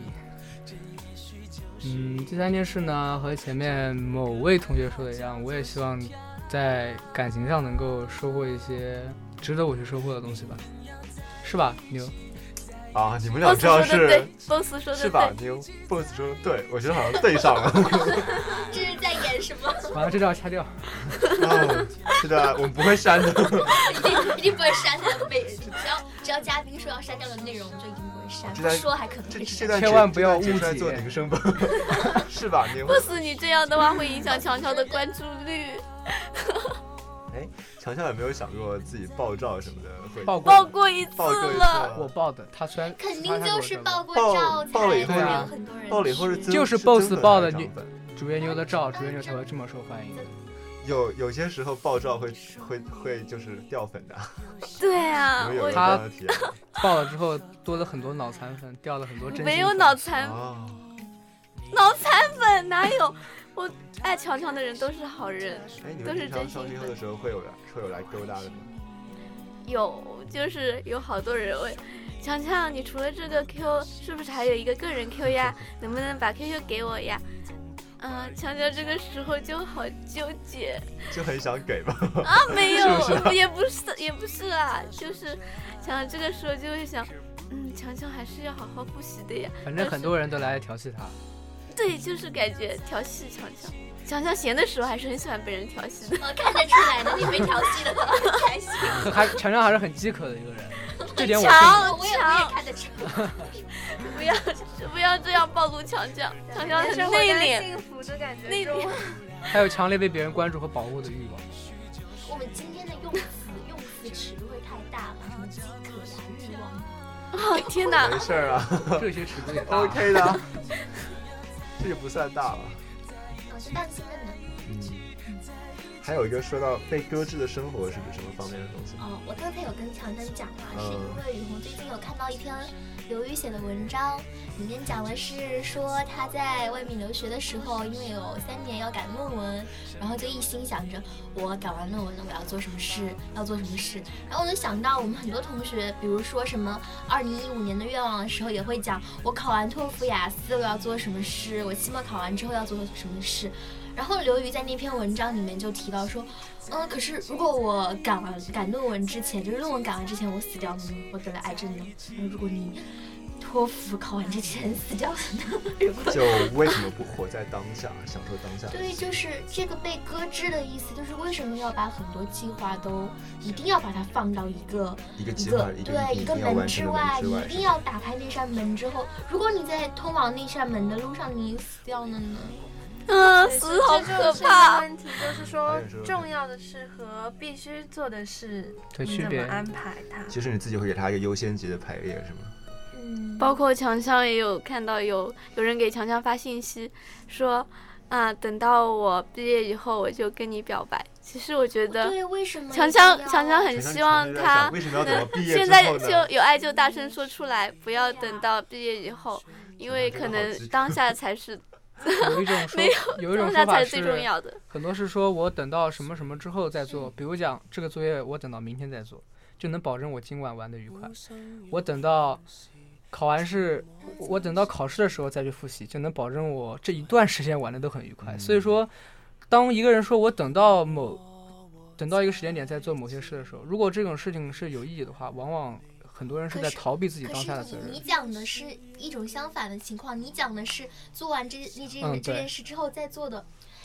Speaker 3: 嗯，第三件事呢，和前面某位同学说的一样，我也希望在感情上能够收获一些值得我去收获的东西吧，是吧，牛？
Speaker 4: 啊，你们俩
Speaker 2: boss
Speaker 4: 这样
Speaker 2: 说的
Speaker 4: 是
Speaker 2: 对，boss 说
Speaker 4: 是
Speaker 2: 的
Speaker 4: 吧
Speaker 2: 对，？
Speaker 4: 妞，boss 说的对，我觉得好像对上了。
Speaker 6: 这是在演什么？
Speaker 3: 完了，这段掐掉。
Speaker 4: 哦是的，我们不会 删的，
Speaker 6: 一定不会删的，每只要只要嘉宾说要删掉的内容，我就一定不会删。
Speaker 4: 这
Speaker 6: 不
Speaker 4: 段
Speaker 6: 说还可能
Speaker 4: 这
Speaker 6: 会
Speaker 4: 这这
Speaker 6: 删。
Speaker 4: 段
Speaker 3: 千
Speaker 4: 截
Speaker 3: 万不要
Speaker 4: 这段截出
Speaker 3: 误解
Speaker 4: 来做铃声吧，是吧？ 妞，
Speaker 2: boss 你这样的话会影响强强的关注率。
Speaker 4: 强强有没有想过自己爆照什么的会
Speaker 3: 报过
Speaker 2: 报过一次
Speaker 4: 爆过一次
Speaker 2: 了，
Speaker 4: 吗
Speaker 3: 我报的，他虽然
Speaker 6: 肯定就是报过
Speaker 4: 爆
Speaker 6: 照才
Speaker 4: 爆了以
Speaker 3: 后
Speaker 6: 会
Speaker 3: 啊
Speaker 6: 有很多人
Speaker 4: 爆了以后是
Speaker 6: 去
Speaker 4: 增
Speaker 3: 就是
Speaker 4: 增
Speaker 3: boss
Speaker 4: 粉
Speaker 3: 爆
Speaker 4: 还是
Speaker 3: 的
Speaker 4: 涨
Speaker 3: 你
Speaker 4: 粉
Speaker 3: 主页妞的照，主页妞才会这么受欢迎。
Speaker 4: 有有些时候爆照会会会就是掉粉的，
Speaker 2: 对啊，
Speaker 4: 你们有没有这
Speaker 2: 我
Speaker 4: 样的体验？
Speaker 3: 爆了之后多了很多脑残粉，掉了很多真心粉。
Speaker 2: 没有脑残
Speaker 4: 哦，
Speaker 2: 脑残粉，哪有？我爱强强的人都是好人，
Speaker 4: 哎，你
Speaker 2: 都
Speaker 4: 们
Speaker 2: 是
Speaker 4: 平常
Speaker 2: 真
Speaker 4: 上
Speaker 2: 心
Speaker 4: 学后
Speaker 2: 粉
Speaker 4: 的时候会有来会有来勾搭的吗？
Speaker 2: 有就是有好多人问。强强，你除了这个 Q，是不是还有一个个人 Q 呀？能不能把 QQ 给我呀？嗯、强强这个时候就好纠结。啊
Speaker 4: 就很想给吧。
Speaker 2: 没有，也不 是，也不是啦，就是想这个时候就会想，嗯，强强还是要好好复习的呀。
Speaker 3: 反正很多人都来调戏他。
Speaker 2: 对，就是感觉调戏强强，强强闲的时候还是很喜欢被人调戏的。
Speaker 6: 我看得出来的，你被调戏的很开心。
Speaker 3: 可还强强还是很饥渴的一个人，这点我信。
Speaker 2: 强
Speaker 6: 我也我也
Speaker 2: 强，
Speaker 6: 看得出来，
Speaker 2: 不要 不要这样暴露强强，强强
Speaker 5: 但是
Speaker 2: 很
Speaker 5: 我
Speaker 2: 内
Speaker 5: 在
Speaker 2: 敛。
Speaker 5: 幸福的感觉
Speaker 2: 内
Speaker 5: 中
Speaker 2: 敛，
Speaker 3: 还有强烈被别人关注和保护的欲望。
Speaker 6: 我们今天的用词用词尺度会太大了，什么饥渴呀、欲望。啊
Speaker 2: 哦天哪
Speaker 4: 没，事儿啊
Speaker 3: 这些尺度也大。
Speaker 4: ，OK 的，啊这个不算大吧？
Speaker 6: 我是担心的呢。
Speaker 4: 嗯。还有一个说到被搁置的生活 是指什么方面的东西？
Speaker 6: 哦，我刚才有跟强强讲嘛，是因为雨虹最近有看到一篇刘瑜写的文章，里面讲的是说他在外面留学的时候，因为有三年要赶论文，然后就一心想着我赶完论文了，我要做什么事，要做什么事。然后我就想到我们很多同学，比如说什么二零一五年的愿望的时候，也会讲我考完托福、雅思，我要做什么事，我期末考完之后要做什么事。然后刘瑜在那篇文章里面就提到说，嗯，可是如果我赶完赶论文之前，就是论文赶完之前我死掉了呢？我得了癌症呢？那如果你托福考完之前死掉了呢？如果
Speaker 4: 就为什么不活在当下，享受当下？
Speaker 6: 对，就是这个被搁置的意思，就是为什么要把很多计划都一定要把它放到一个
Speaker 4: 一个计划，一个
Speaker 6: 对
Speaker 4: 一
Speaker 6: 一个
Speaker 4: 定要
Speaker 6: 门
Speaker 4: 完成
Speaker 6: 之
Speaker 4: 的
Speaker 6: 外，
Speaker 4: 之
Speaker 6: 你
Speaker 4: 外
Speaker 6: 一，定要打开那扇门之后，如果你在通往那扇门的路上你死掉了呢？
Speaker 2: 嗯，
Speaker 5: 对
Speaker 2: 死
Speaker 5: 这
Speaker 2: 好
Speaker 5: 这
Speaker 2: 可
Speaker 5: 就是
Speaker 2: 怕。
Speaker 5: 问题就是说
Speaker 4: 哎是，的
Speaker 5: 重要的事和必须做的事，
Speaker 3: 对
Speaker 5: 你
Speaker 3: 区
Speaker 5: 怎么
Speaker 3: 别
Speaker 5: 安排它？
Speaker 4: 其实你自己会给他一个优先级的排列，是吗？
Speaker 6: 嗯，
Speaker 2: 包括强强也有看到有有人给强强发信息说，啊，等到我毕业以后我就跟你表白。其实我觉得
Speaker 6: 对，为什么
Speaker 2: 强
Speaker 6: 一定
Speaker 2: 强
Speaker 6: 要
Speaker 2: 强强很
Speaker 4: 常常
Speaker 2: 希望
Speaker 4: 就在想
Speaker 2: 他
Speaker 4: 为什么要等到毕业
Speaker 2: 现
Speaker 4: 之
Speaker 2: 在
Speaker 4: 后
Speaker 2: 就
Speaker 4: 呢？
Speaker 2: 有爱就大声说出来，不要等到毕业以后，因为可
Speaker 4: 真的好
Speaker 2: 能
Speaker 4: 直
Speaker 2: 当下才 是
Speaker 3: 有一种说，有一
Speaker 2: 当
Speaker 3: 种说
Speaker 2: 下
Speaker 3: 法
Speaker 2: 才是最重
Speaker 3: 是，
Speaker 2: 要的。
Speaker 3: 很多是说我等到什么什么之后再做，比如讲这个作业我等到明天再做，就能保证我今晚玩的愉快。我等到考完试，我我等到考试的时候再去复习，就能保证我这一段时间玩的都很愉快。所以说，当一个人说我等到某等到一个时间点再做某些事的时候，如果这种事情是有意义的话，往往很多人是
Speaker 6: 可
Speaker 3: 在
Speaker 6: 是
Speaker 3: 逃避自己
Speaker 6: 可
Speaker 3: 当
Speaker 6: 是
Speaker 3: 下的责
Speaker 6: 你你
Speaker 3: 任。
Speaker 6: 讲的是一种相反的情况，你讲的是做完这这这、
Speaker 3: 嗯对
Speaker 6: 这件事之后再做的。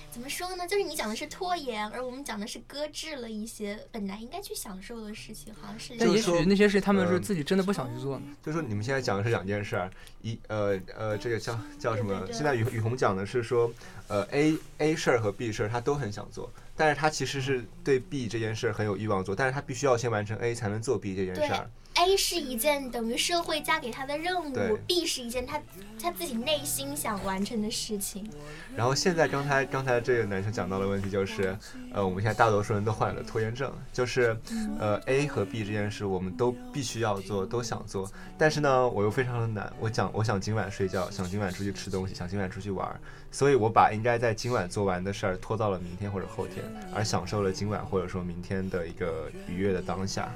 Speaker 6: 怎么说呢？就是你讲的是拖延，而我们讲的是搁置了一些本来应该去享受的事情，好像是
Speaker 3: 但
Speaker 4: 就
Speaker 3: 也
Speaker 4: 是
Speaker 3: 许
Speaker 4: 说
Speaker 3: 那些事他们是
Speaker 4: 嗯
Speaker 3: 自己真的不想去做呢。
Speaker 4: 就说你们现在讲的是两件事儿，一呃呃，这个叫叫什么
Speaker 6: 对对？对
Speaker 4: 现在雨雨虹讲的是说，呃 A A 事儿和 B 事儿他都很想做，但是他其实是对 B 这件事儿很有欲望做，但是他必须要先完成 A 才能做 B 这件事儿。
Speaker 6: A 是一件等于社会加给他的任务
Speaker 4: 对
Speaker 6: ，B 是一件他他自己内心想完成的事情。
Speaker 4: 然后现在刚才刚才这个男生讲到的问题就是，呃，我们现在大多数人都患有了拖延症，就是呃 A 和 B 这件事我们都必须要做，都想做，但是呢，我又非常的难，我想我想今晚睡觉，想今晚出去吃东西，想今晚出去玩儿，所以我把应该在今晚做完的事儿拖到了明天或者后天，而享受了今晚或者说明天的一个愉悦的当下。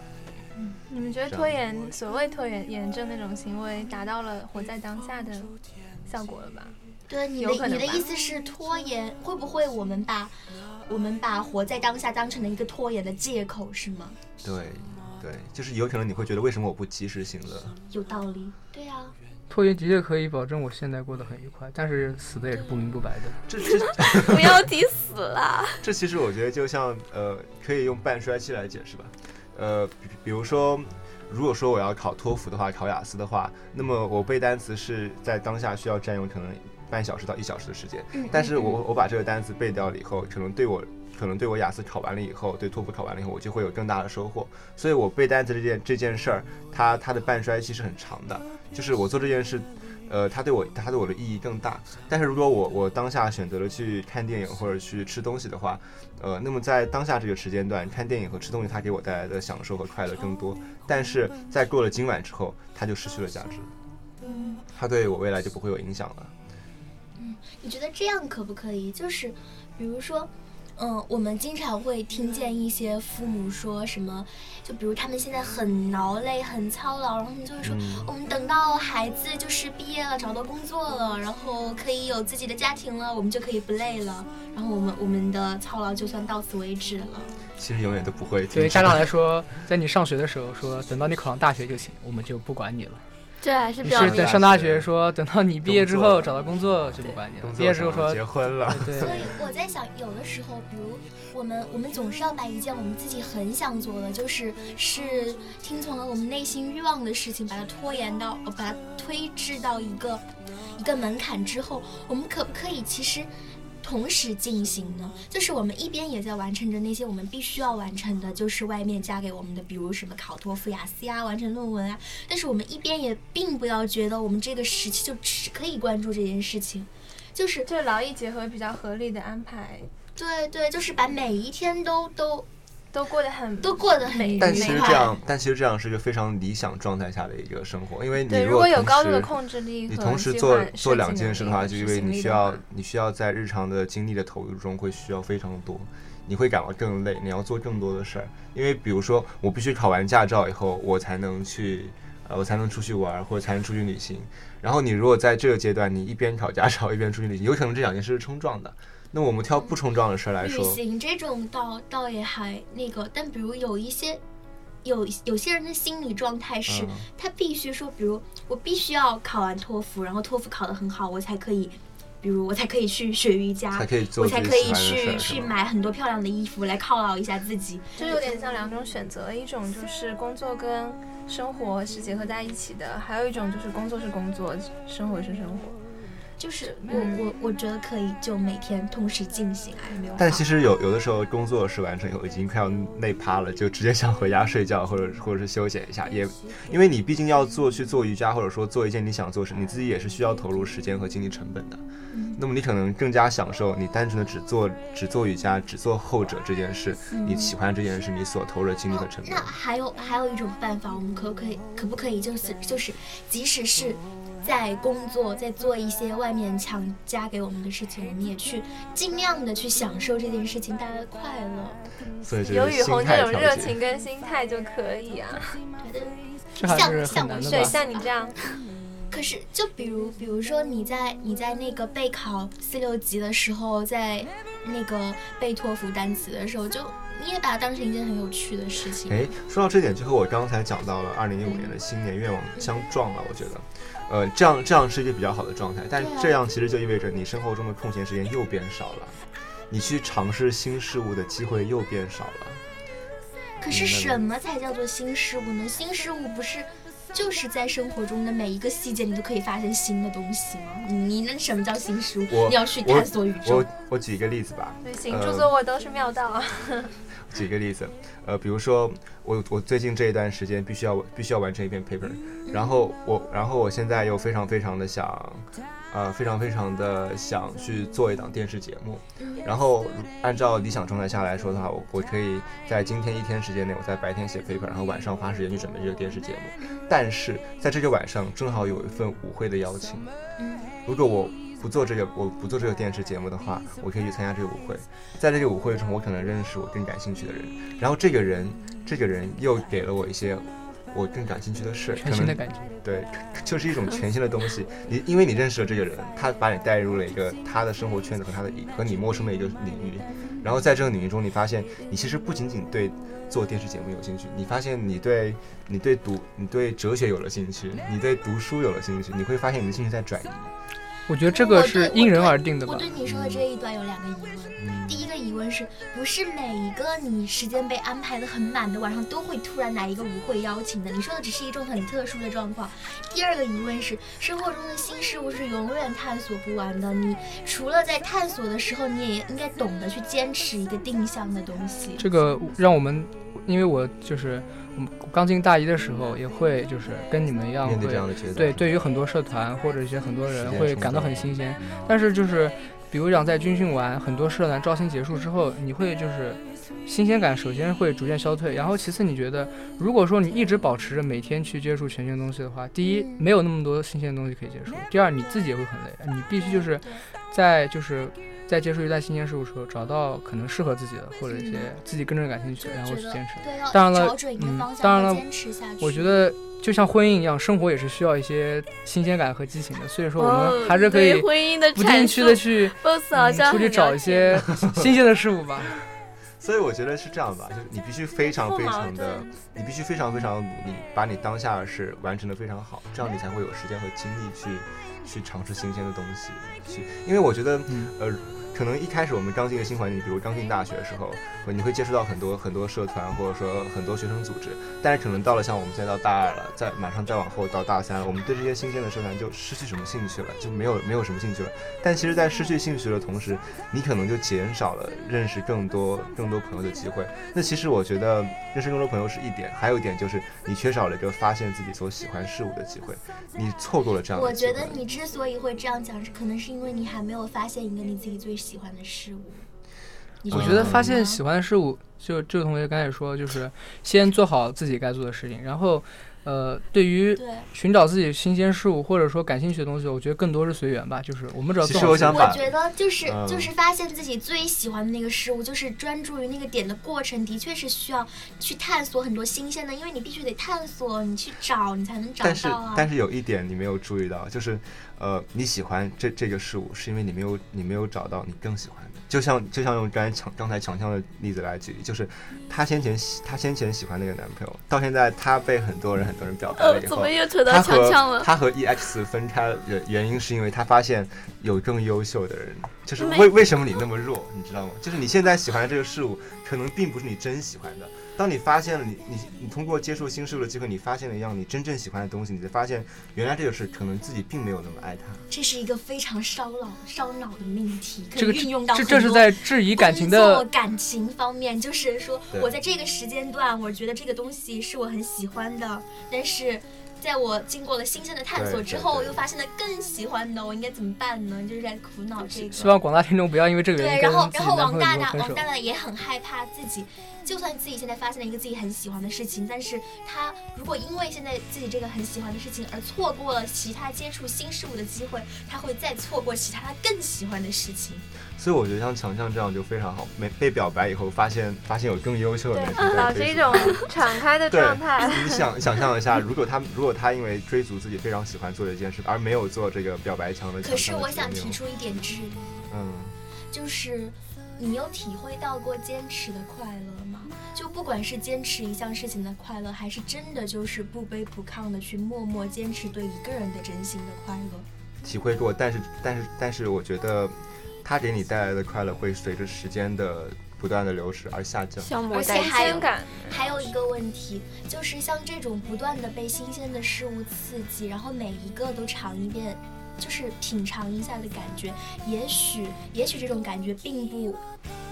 Speaker 5: 你们觉得
Speaker 4: 这样
Speaker 5: 拖延，所谓拖延炎症那种行为，达到了活在当下的效果了吧？
Speaker 6: 对，你
Speaker 5: 有可
Speaker 6: 的你
Speaker 5: 能
Speaker 6: 的
Speaker 5: 吧
Speaker 6: 意思是拖延，会不会我们把我们把活在当下当成了一个拖延的借口，是吗？
Speaker 4: 对，对，就是有可能你会觉得为什么我不及时行乐？
Speaker 6: 有道理。对啊，
Speaker 3: 拖延的确可以保证我现在过得很愉快，但是死的也是不明不白的。
Speaker 4: 这这。
Speaker 2: 不要提死啦！
Speaker 4: 这其实我觉得就像呃，可以用半衰期来解释吧。呃，比比如说，如果说我要考托福的话，考雅思的话，那么我背单词是在当下需要占用可能半小时到一小时的时间。但是我我把这个单词背掉了以后，可能对我可能对我雅思考完了以后，对托福考完了以后，我就会有更大的收获。所以我背单词这件这件事儿，它它的半衰期是很长的，就是我做这件事。呃，它对我，它对我的意义更大。但是如果我我当下选择了去看电影或者去吃东西的话，呃，那么在当下这个时间段，看电影和吃东西，它给我带来的享受和快乐更多。但是在过了今晚之后，它就失去了价值，它对我未来就不会有影响了。
Speaker 6: 你觉得这样可不可以？就是，比如说，嗯，我们经常会听见一些父母说什么，就比如他们现在很劳累、很操劳，然后他们就会说，
Speaker 4: 嗯
Speaker 6: 我们等到孩子就是毕业了、找到工作了，然后可以有自己的家庭了，我们就可以不累了，然后我们我们的操劳就算到此为止了。
Speaker 4: 其实永远都不会。
Speaker 3: 对于家长，来说，在你上学的时候说，等到你考上大学就行，我们就不管你了。
Speaker 2: 这还是
Speaker 3: 你
Speaker 2: 比较
Speaker 3: 是
Speaker 4: 表
Speaker 3: 等
Speaker 4: 达
Speaker 3: 上大
Speaker 4: 是
Speaker 3: 学说，等到你毕业之
Speaker 4: 工作
Speaker 3: 后
Speaker 4: 了
Speaker 3: 找到工作就不管你了
Speaker 4: 工，
Speaker 3: 毕
Speaker 4: 作
Speaker 3: 业之后
Speaker 4: 上了
Speaker 3: 说，哎
Speaker 4: 结婚
Speaker 5: 嗯
Speaker 4: 了，
Speaker 6: 所以
Speaker 3: 对，
Speaker 6: 我在想，有的时候，比如我们我们总是要把一件我们自己很想做的，就是是听从了我们内心欲望的事情，把它拖延到，呃把它推至到一个一个门槛之后，我们可不可以其实？同时进行呢，就是我们一边也在完成着那些我们必须要完成的，就是外面加给我们的，比如什么考托福、雅思呀、完成论文啊。但是我们一边也并不要觉得我们这个时期就只可以关注这件事情，就是
Speaker 5: 就劳逸结合比较合理的安排，
Speaker 6: 对对，就是把每一天都都
Speaker 5: 都过得很
Speaker 6: 都过得很愉
Speaker 4: 但其实
Speaker 6: 快
Speaker 4: 这样，
Speaker 5: 嗯
Speaker 4: 但其实这样是一个非常理想状态下的一个生活，因为你
Speaker 5: 对，如果有
Speaker 4: 同
Speaker 5: 高度的
Speaker 4: 时
Speaker 5: 控制力和
Speaker 4: 你
Speaker 5: 计
Speaker 4: 同
Speaker 5: 划
Speaker 4: 时做
Speaker 5: 设
Speaker 4: 做
Speaker 5: 计
Speaker 4: 两
Speaker 5: 能
Speaker 4: 件事
Speaker 5: 力
Speaker 4: 的话，
Speaker 5: 和
Speaker 4: 就
Speaker 5: 执
Speaker 4: 因为
Speaker 5: 行
Speaker 4: 你
Speaker 5: 力
Speaker 4: 需
Speaker 5: 的
Speaker 4: 要
Speaker 5: 话
Speaker 4: 你需要在日常的精力的投入中会需要非常多，你会感到更累，你要做更多的事儿。因为比如说，我必须考完驾照以后，我才能去，呃，我才能出去玩儿或者才能出去旅行。然后你如果在这个阶段，你一边考驾照一边出去旅行，有可能这两件事是冲撞的。那我们挑不冲撞的事儿来
Speaker 6: 旅
Speaker 4: 说，
Speaker 6: 行这种倒倒也还那个，但比如有一些。有有些人的心理状态是，
Speaker 4: 嗯
Speaker 6: 他必须说，比如我必须要考完托福，然后托福考得很好，我才可以，比如我才可以去学瑜伽，
Speaker 4: 才可以做
Speaker 6: 我
Speaker 4: 自
Speaker 6: 才
Speaker 4: 己
Speaker 6: 可
Speaker 4: 喜欢
Speaker 6: 以
Speaker 4: 的事
Speaker 6: 去
Speaker 4: 儿，是
Speaker 6: 去
Speaker 4: 吗
Speaker 6: 买很多漂亮的衣服来犒劳一下自己。
Speaker 5: 就有点像两种选择，一种就是工作跟生活是结合在一起的，还有一种就是工作是工作，生活是生活。
Speaker 6: 就是我我我觉得可以就每天同时进行，哎，没有。
Speaker 4: 但其实有有的时候工作是完成以后已经快要累趴了，就直接想回家睡觉，或者或者是休息一下，也因为你毕竟要做去做瑜伽，或者说做一件你想做的事，你自己也是需要投入时间和精力成本的。那么你可能更加享受你单纯的只做只做瑜伽、只做后者这件事，你喜欢这件事，你所投入的精力和成本
Speaker 6: 那。还有还有一种办法，我们可不可以可不可以就是就是，即使是在工作，在做一些外面强加给我们的事情，我们也去尽量的去享受这件事情带来的快乐。
Speaker 4: 所以这
Speaker 5: 有
Speaker 4: 是
Speaker 5: 雨
Speaker 4: 心
Speaker 5: 虹这
Speaker 4: 态
Speaker 5: 种热
Speaker 4: 调节
Speaker 5: 情。跟心态就可以啊，
Speaker 3: 这还
Speaker 6: 像
Speaker 3: 是
Speaker 6: 像
Speaker 3: 很难的
Speaker 6: 我们
Speaker 5: 对，
Speaker 3: 吧？
Speaker 5: 像你这样，
Speaker 6: 可是，就比如比如说你在你在那个备考四六级的时候，在那个背托福单词的时候，就你也把它当成一件很有趣的事情。
Speaker 4: 哎，说到这点，就和我刚才讲到了二零一五年的新年愿望相撞了。我觉得，呃，这样这样是一个比较好的状态，但
Speaker 6: 对啊
Speaker 4: 这样其实就意味着你生活中的空闲时间又变少了，你去尝试新事物的机会又变少了。
Speaker 6: 可是什么才叫做新事物呢？新事物不是就是在生活中的每一个细节，你都可以发现新的东西吗？你你那什么叫新事物？
Speaker 4: 我
Speaker 6: 你要去探索宇宙
Speaker 4: 我。我举一个例子吧，
Speaker 5: 对，行
Speaker 4: 呃
Speaker 5: 住坐卧都是妙道啊。
Speaker 4: 举一个例子，呃，比如说我我最近这一段时间必须要必须要完成一篇 paper，然后我然后我现在又非常非常的想，呃，非常非常的想去做一档电视节目，然后如按照理想状态下来说的话，我我可以在今天一天时间内，我在白天写 paper，然后晚上花时间去准备这个电视节目，但是在这个晚上正好有一份舞会的邀请，如果我不做这个，我不做这个电视节目的话，我可以去参加这个舞会。在这个舞会中，我可能认识我更感兴趣的人，然后这个人，这个人又给了我一些我更感兴趣的事，可
Speaker 3: 全新的
Speaker 4: 能
Speaker 3: 感觉，
Speaker 4: 对，就是一种全新的东 西。你因为你认识了这个人，他把你带入了一个他的生活圈子和他的一和你陌生的一个领域，然后在这个领域中，你发现你其实不仅仅对做电视节目有兴趣，你发现你对你对读你对哲学有了兴趣，你对读书有了兴趣，你会发现你的兴趣在转移。
Speaker 3: 我觉得这个
Speaker 6: 我对
Speaker 3: 是
Speaker 6: 我
Speaker 3: 因人
Speaker 6: 对
Speaker 3: 而定的吧
Speaker 6: 我。对你说的这一段有两个疑问。
Speaker 4: 嗯
Speaker 6: 第一个疑问是不是每一个你时间被安排的很满的晚上都会突然来一个舞会邀请的？你说的只是一种很特殊的状况。第二个疑问是，生活中的新事物是永远探索不完的，你除了在探索的时候，你也应该懂得去坚持一个定向的东西。
Speaker 3: 这个让我们，因为我就是我刚进大一的时候，也会就是跟你们一样
Speaker 4: 面对这
Speaker 3: 会
Speaker 4: 样的阶段，
Speaker 3: 对，对于很多社团或者一些很多人
Speaker 4: 时间
Speaker 3: 会
Speaker 4: 冲
Speaker 3: 感到
Speaker 4: 撞
Speaker 3: 很新鲜，但是就是比如讲在军训完，很多社团招新结束之后，你会就是新鲜感首先会逐渐消退，然后其次你觉得如果说你一直保持着每天去接触全新的东西的话，第
Speaker 6: 嗯
Speaker 3: 一没有那么多新鲜的东西可以接触，第二你自己也会很累，你必须就是在就是。在接触一代新鲜事物的时候，找到可能适合自己的，或者一些自己真正感兴趣
Speaker 6: 嗯就
Speaker 3: 的，然后去
Speaker 6: 觉得
Speaker 3: 坚持。
Speaker 6: 对，要
Speaker 3: 当然了
Speaker 6: 找准一个
Speaker 3: 嗯
Speaker 6: 方
Speaker 3: 当然
Speaker 6: 向，要
Speaker 3: 了
Speaker 6: 坚持下去。
Speaker 3: 我觉得就像婚姻一样，生活也是需要一些新鲜感和激情的，所以说我
Speaker 6: 哦
Speaker 5: 嗯
Speaker 3: 们还是可以
Speaker 2: 对婚姻的
Speaker 3: 不定
Speaker 2: 阐
Speaker 3: 期
Speaker 2: 述
Speaker 3: 的去、
Speaker 2: ，boss 好
Speaker 3: 嗯、
Speaker 2: 像
Speaker 3: 出去
Speaker 2: 很
Speaker 3: 找
Speaker 2: 了
Speaker 3: 一
Speaker 2: 解
Speaker 3: 些 新鲜的事 物吧。
Speaker 4: 所以我觉得是这样吧，就是你必须非常
Speaker 5: 不
Speaker 4: 非
Speaker 5: 矛
Speaker 4: 常的，你必须非常非常地努力，把你当下的事完成的非常好，这样你才会有时间和精力去去尝试新鲜的东西。去，因为我觉得，
Speaker 3: 嗯
Speaker 4: 呃，可能一开始我们刚进一个新环境，比如刚进大学的时候，呃你会接触到很多很多社团或者说很多学生组织，但是可能到了像我们现在到大二了，再马上再往后到大三了，我们对这些新鲜的社团就失去什么兴趣了，就没有没有什么兴趣了。但其实，在失去兴趣的同时，你可能就减少了认识更多更多朋友的机会。那其实我觉得认识更多朋友是一点，还有一点就是你缺少了一个发现自己所喜欢事物的机会，你错过了这样
Speaker 6: 我
Speaker 4: 的机
Speaker 6: 觉
Speaker 4: 会。
Speaker 6: 得你之所以会这样讲，是可能是因为你还没有发现一个你自己最喜欢的事物。你
Speaker 3: 我
Speaker 6: 觉
Speaker 3: 觉得
Speaker 6: 可
Speaker 3: 发
Speaker 6: 能
Speaker 4: 嗯
Speaker 3: 现
Speaker 6: 吗
Speaker 3: 喜欢的事物，就这位同学刚才也说，就是先做好自己该做的事情，然后，呃，对于
Speaker 6: 对，
Speaker 3: 寻找自己新鲜事物或者说感兴趣的东西，我觉得更多是随缘吧。就是我们只要
Speaker 4: 其
Speaker 3: 做
Speaker 4: 实
Speaker 3: 好
Speaker 4: 我
Speaker 3: 自己
Speaker 4: 想
Speaker 6: 我
Speaker 4: 把
Speaker 6: 觉得就是
Speaker 4: 嗯
Speaker 6: 就是发现自己最喜欢的那个事物，就是专注于那个点的过程，的确是需要去探索很多新鲜的，因为你必须得探索，你去找，你才能找
Speaker 4: 但是
Speaker 6: 到啊。
Speaker 4: 但是有一点你没有注意到，就是呃，你喜欢这这个事物，是因为你没有你没有找到你更喜欢的。就像就像用刚才强刚才强强的例子来举例，就是她先前喜她先前喜欢那个男朋友，到现在她被很多人很多人表白
Speaker 2: 呃
Speaker 4: 了，以
Speaker 2: 怎
Speaker 4: 后
Speaker 2: 么，又扯到
Speaker 4: 她
Speaker 2: 强强
Speaker 4: 和
Speaker 2: 了？
Speaker 4: 她和 EX 分开的原因是因为她发现有更优秀的人，就是
Speaker 2: 没
Speaker 4: 为为什么你那么弱，你知道吗？就是你现在喜欢的这个事物，可能并不是你真喜欢的。当你发现了你你你通过接触新事物的机会，你发现了一样你真正喜欢的东西，你才发现原来这个事可能自己并没有那么爱它。
Speaker 6: 这是一个非常烧脑烧脑的命题，可
Speaker 3: 这个
Speaker 6: 以运用到
Speaker 3: 这
Speaker 6: 很
Speaker 3: 这是
Speaker 6: 多
Speaker 3: 在质疑感情
Speaker 6: 工作
Speaker 3: 的，
Speaker 6: 感情方面，就是说
Speaker 4: 对
Speaker 6: 我在这个时间段，我觉得这个东西是我很喜欢的，但是在我经过了新鲜的探索
Speaker 4: 对
Speaker 6: 之
Speaker 4: 对
Speaker 6: 后，
Speaker 4: 对
Speaker 6: 我又发现了更喜欢的，我应该怎么办呢？就是在苦恼这个。
Speaker 3: 希望广大听众不要因为这个原
Speaker 6: 对，
Speaker 3: 因
Speaker 6: 然
Speaker 3: 跟
Speaker 6: 后
Speaker 3: 自
Speaker 6: 然
Speaker 3: 己
Speaker 6: 后
Speaker 3: 男
Speaker 6: 王
Speaker 3: 朋友
Speaker 6: 大
Speaker 3: 说
Speaker 6: 大
Speaker 3: 分
Speaker 6: 王
Speaker 3: 手
Speaker 6: 大。大也很害怕自己，就算自己现在发现了一个自己很喜欢的事情，但是他如果因为现在自己这个很喜欢的事情而错过了其他接触新事物的机会，他会再错过其他他更喜欢的事情。
Speaker 4: 所以我觉得像强强这样就非常好，没被表白以后发现发现有更优秀的人
Speaker 5: 对，保
Speaker 4: 在
Speaker 5: 持
Speaker 4: 追
Speaker 5: 一
Speaker 4: 逐
Speaker 5: 种
Speaker 4: 他。
Speaker 5: 敞开的
Speaker 4: 对
Speaker 5: 状态。
Speaker 4: 你 想想象一下，如果他如果他因为追逐自己非常喜欢做的一件事，而没有做这个表白墙的，
Speaker 6: 可是我想提，出一点质疑。
Speaker 4: 嗯，
Speaker 6: 就是你有体会到过坚持的快乐吗？就不管是坚持一项事情的快乐，还是真的就是不卑不亢的去默默坚持对一个人的真心的快乐。
Speaker 4: 体会过，但是但是但是，我觉得它给你带来的快乐会随着时间的不断的流逝而下降。
Speaker 2: 消磨
Speaker 6: 而且
Speaker 2: 殆
Speaker 6: 还
Speaker 2: 尽
Speaker 6: 有
Speaker 5: 新感，
Speaker 6: 还有一个问题，就是像这种不断的被新鲜的事物刺激，然后每一个都尝一遍。就是品尝一下的感觉，也许，也许这种感觉并不，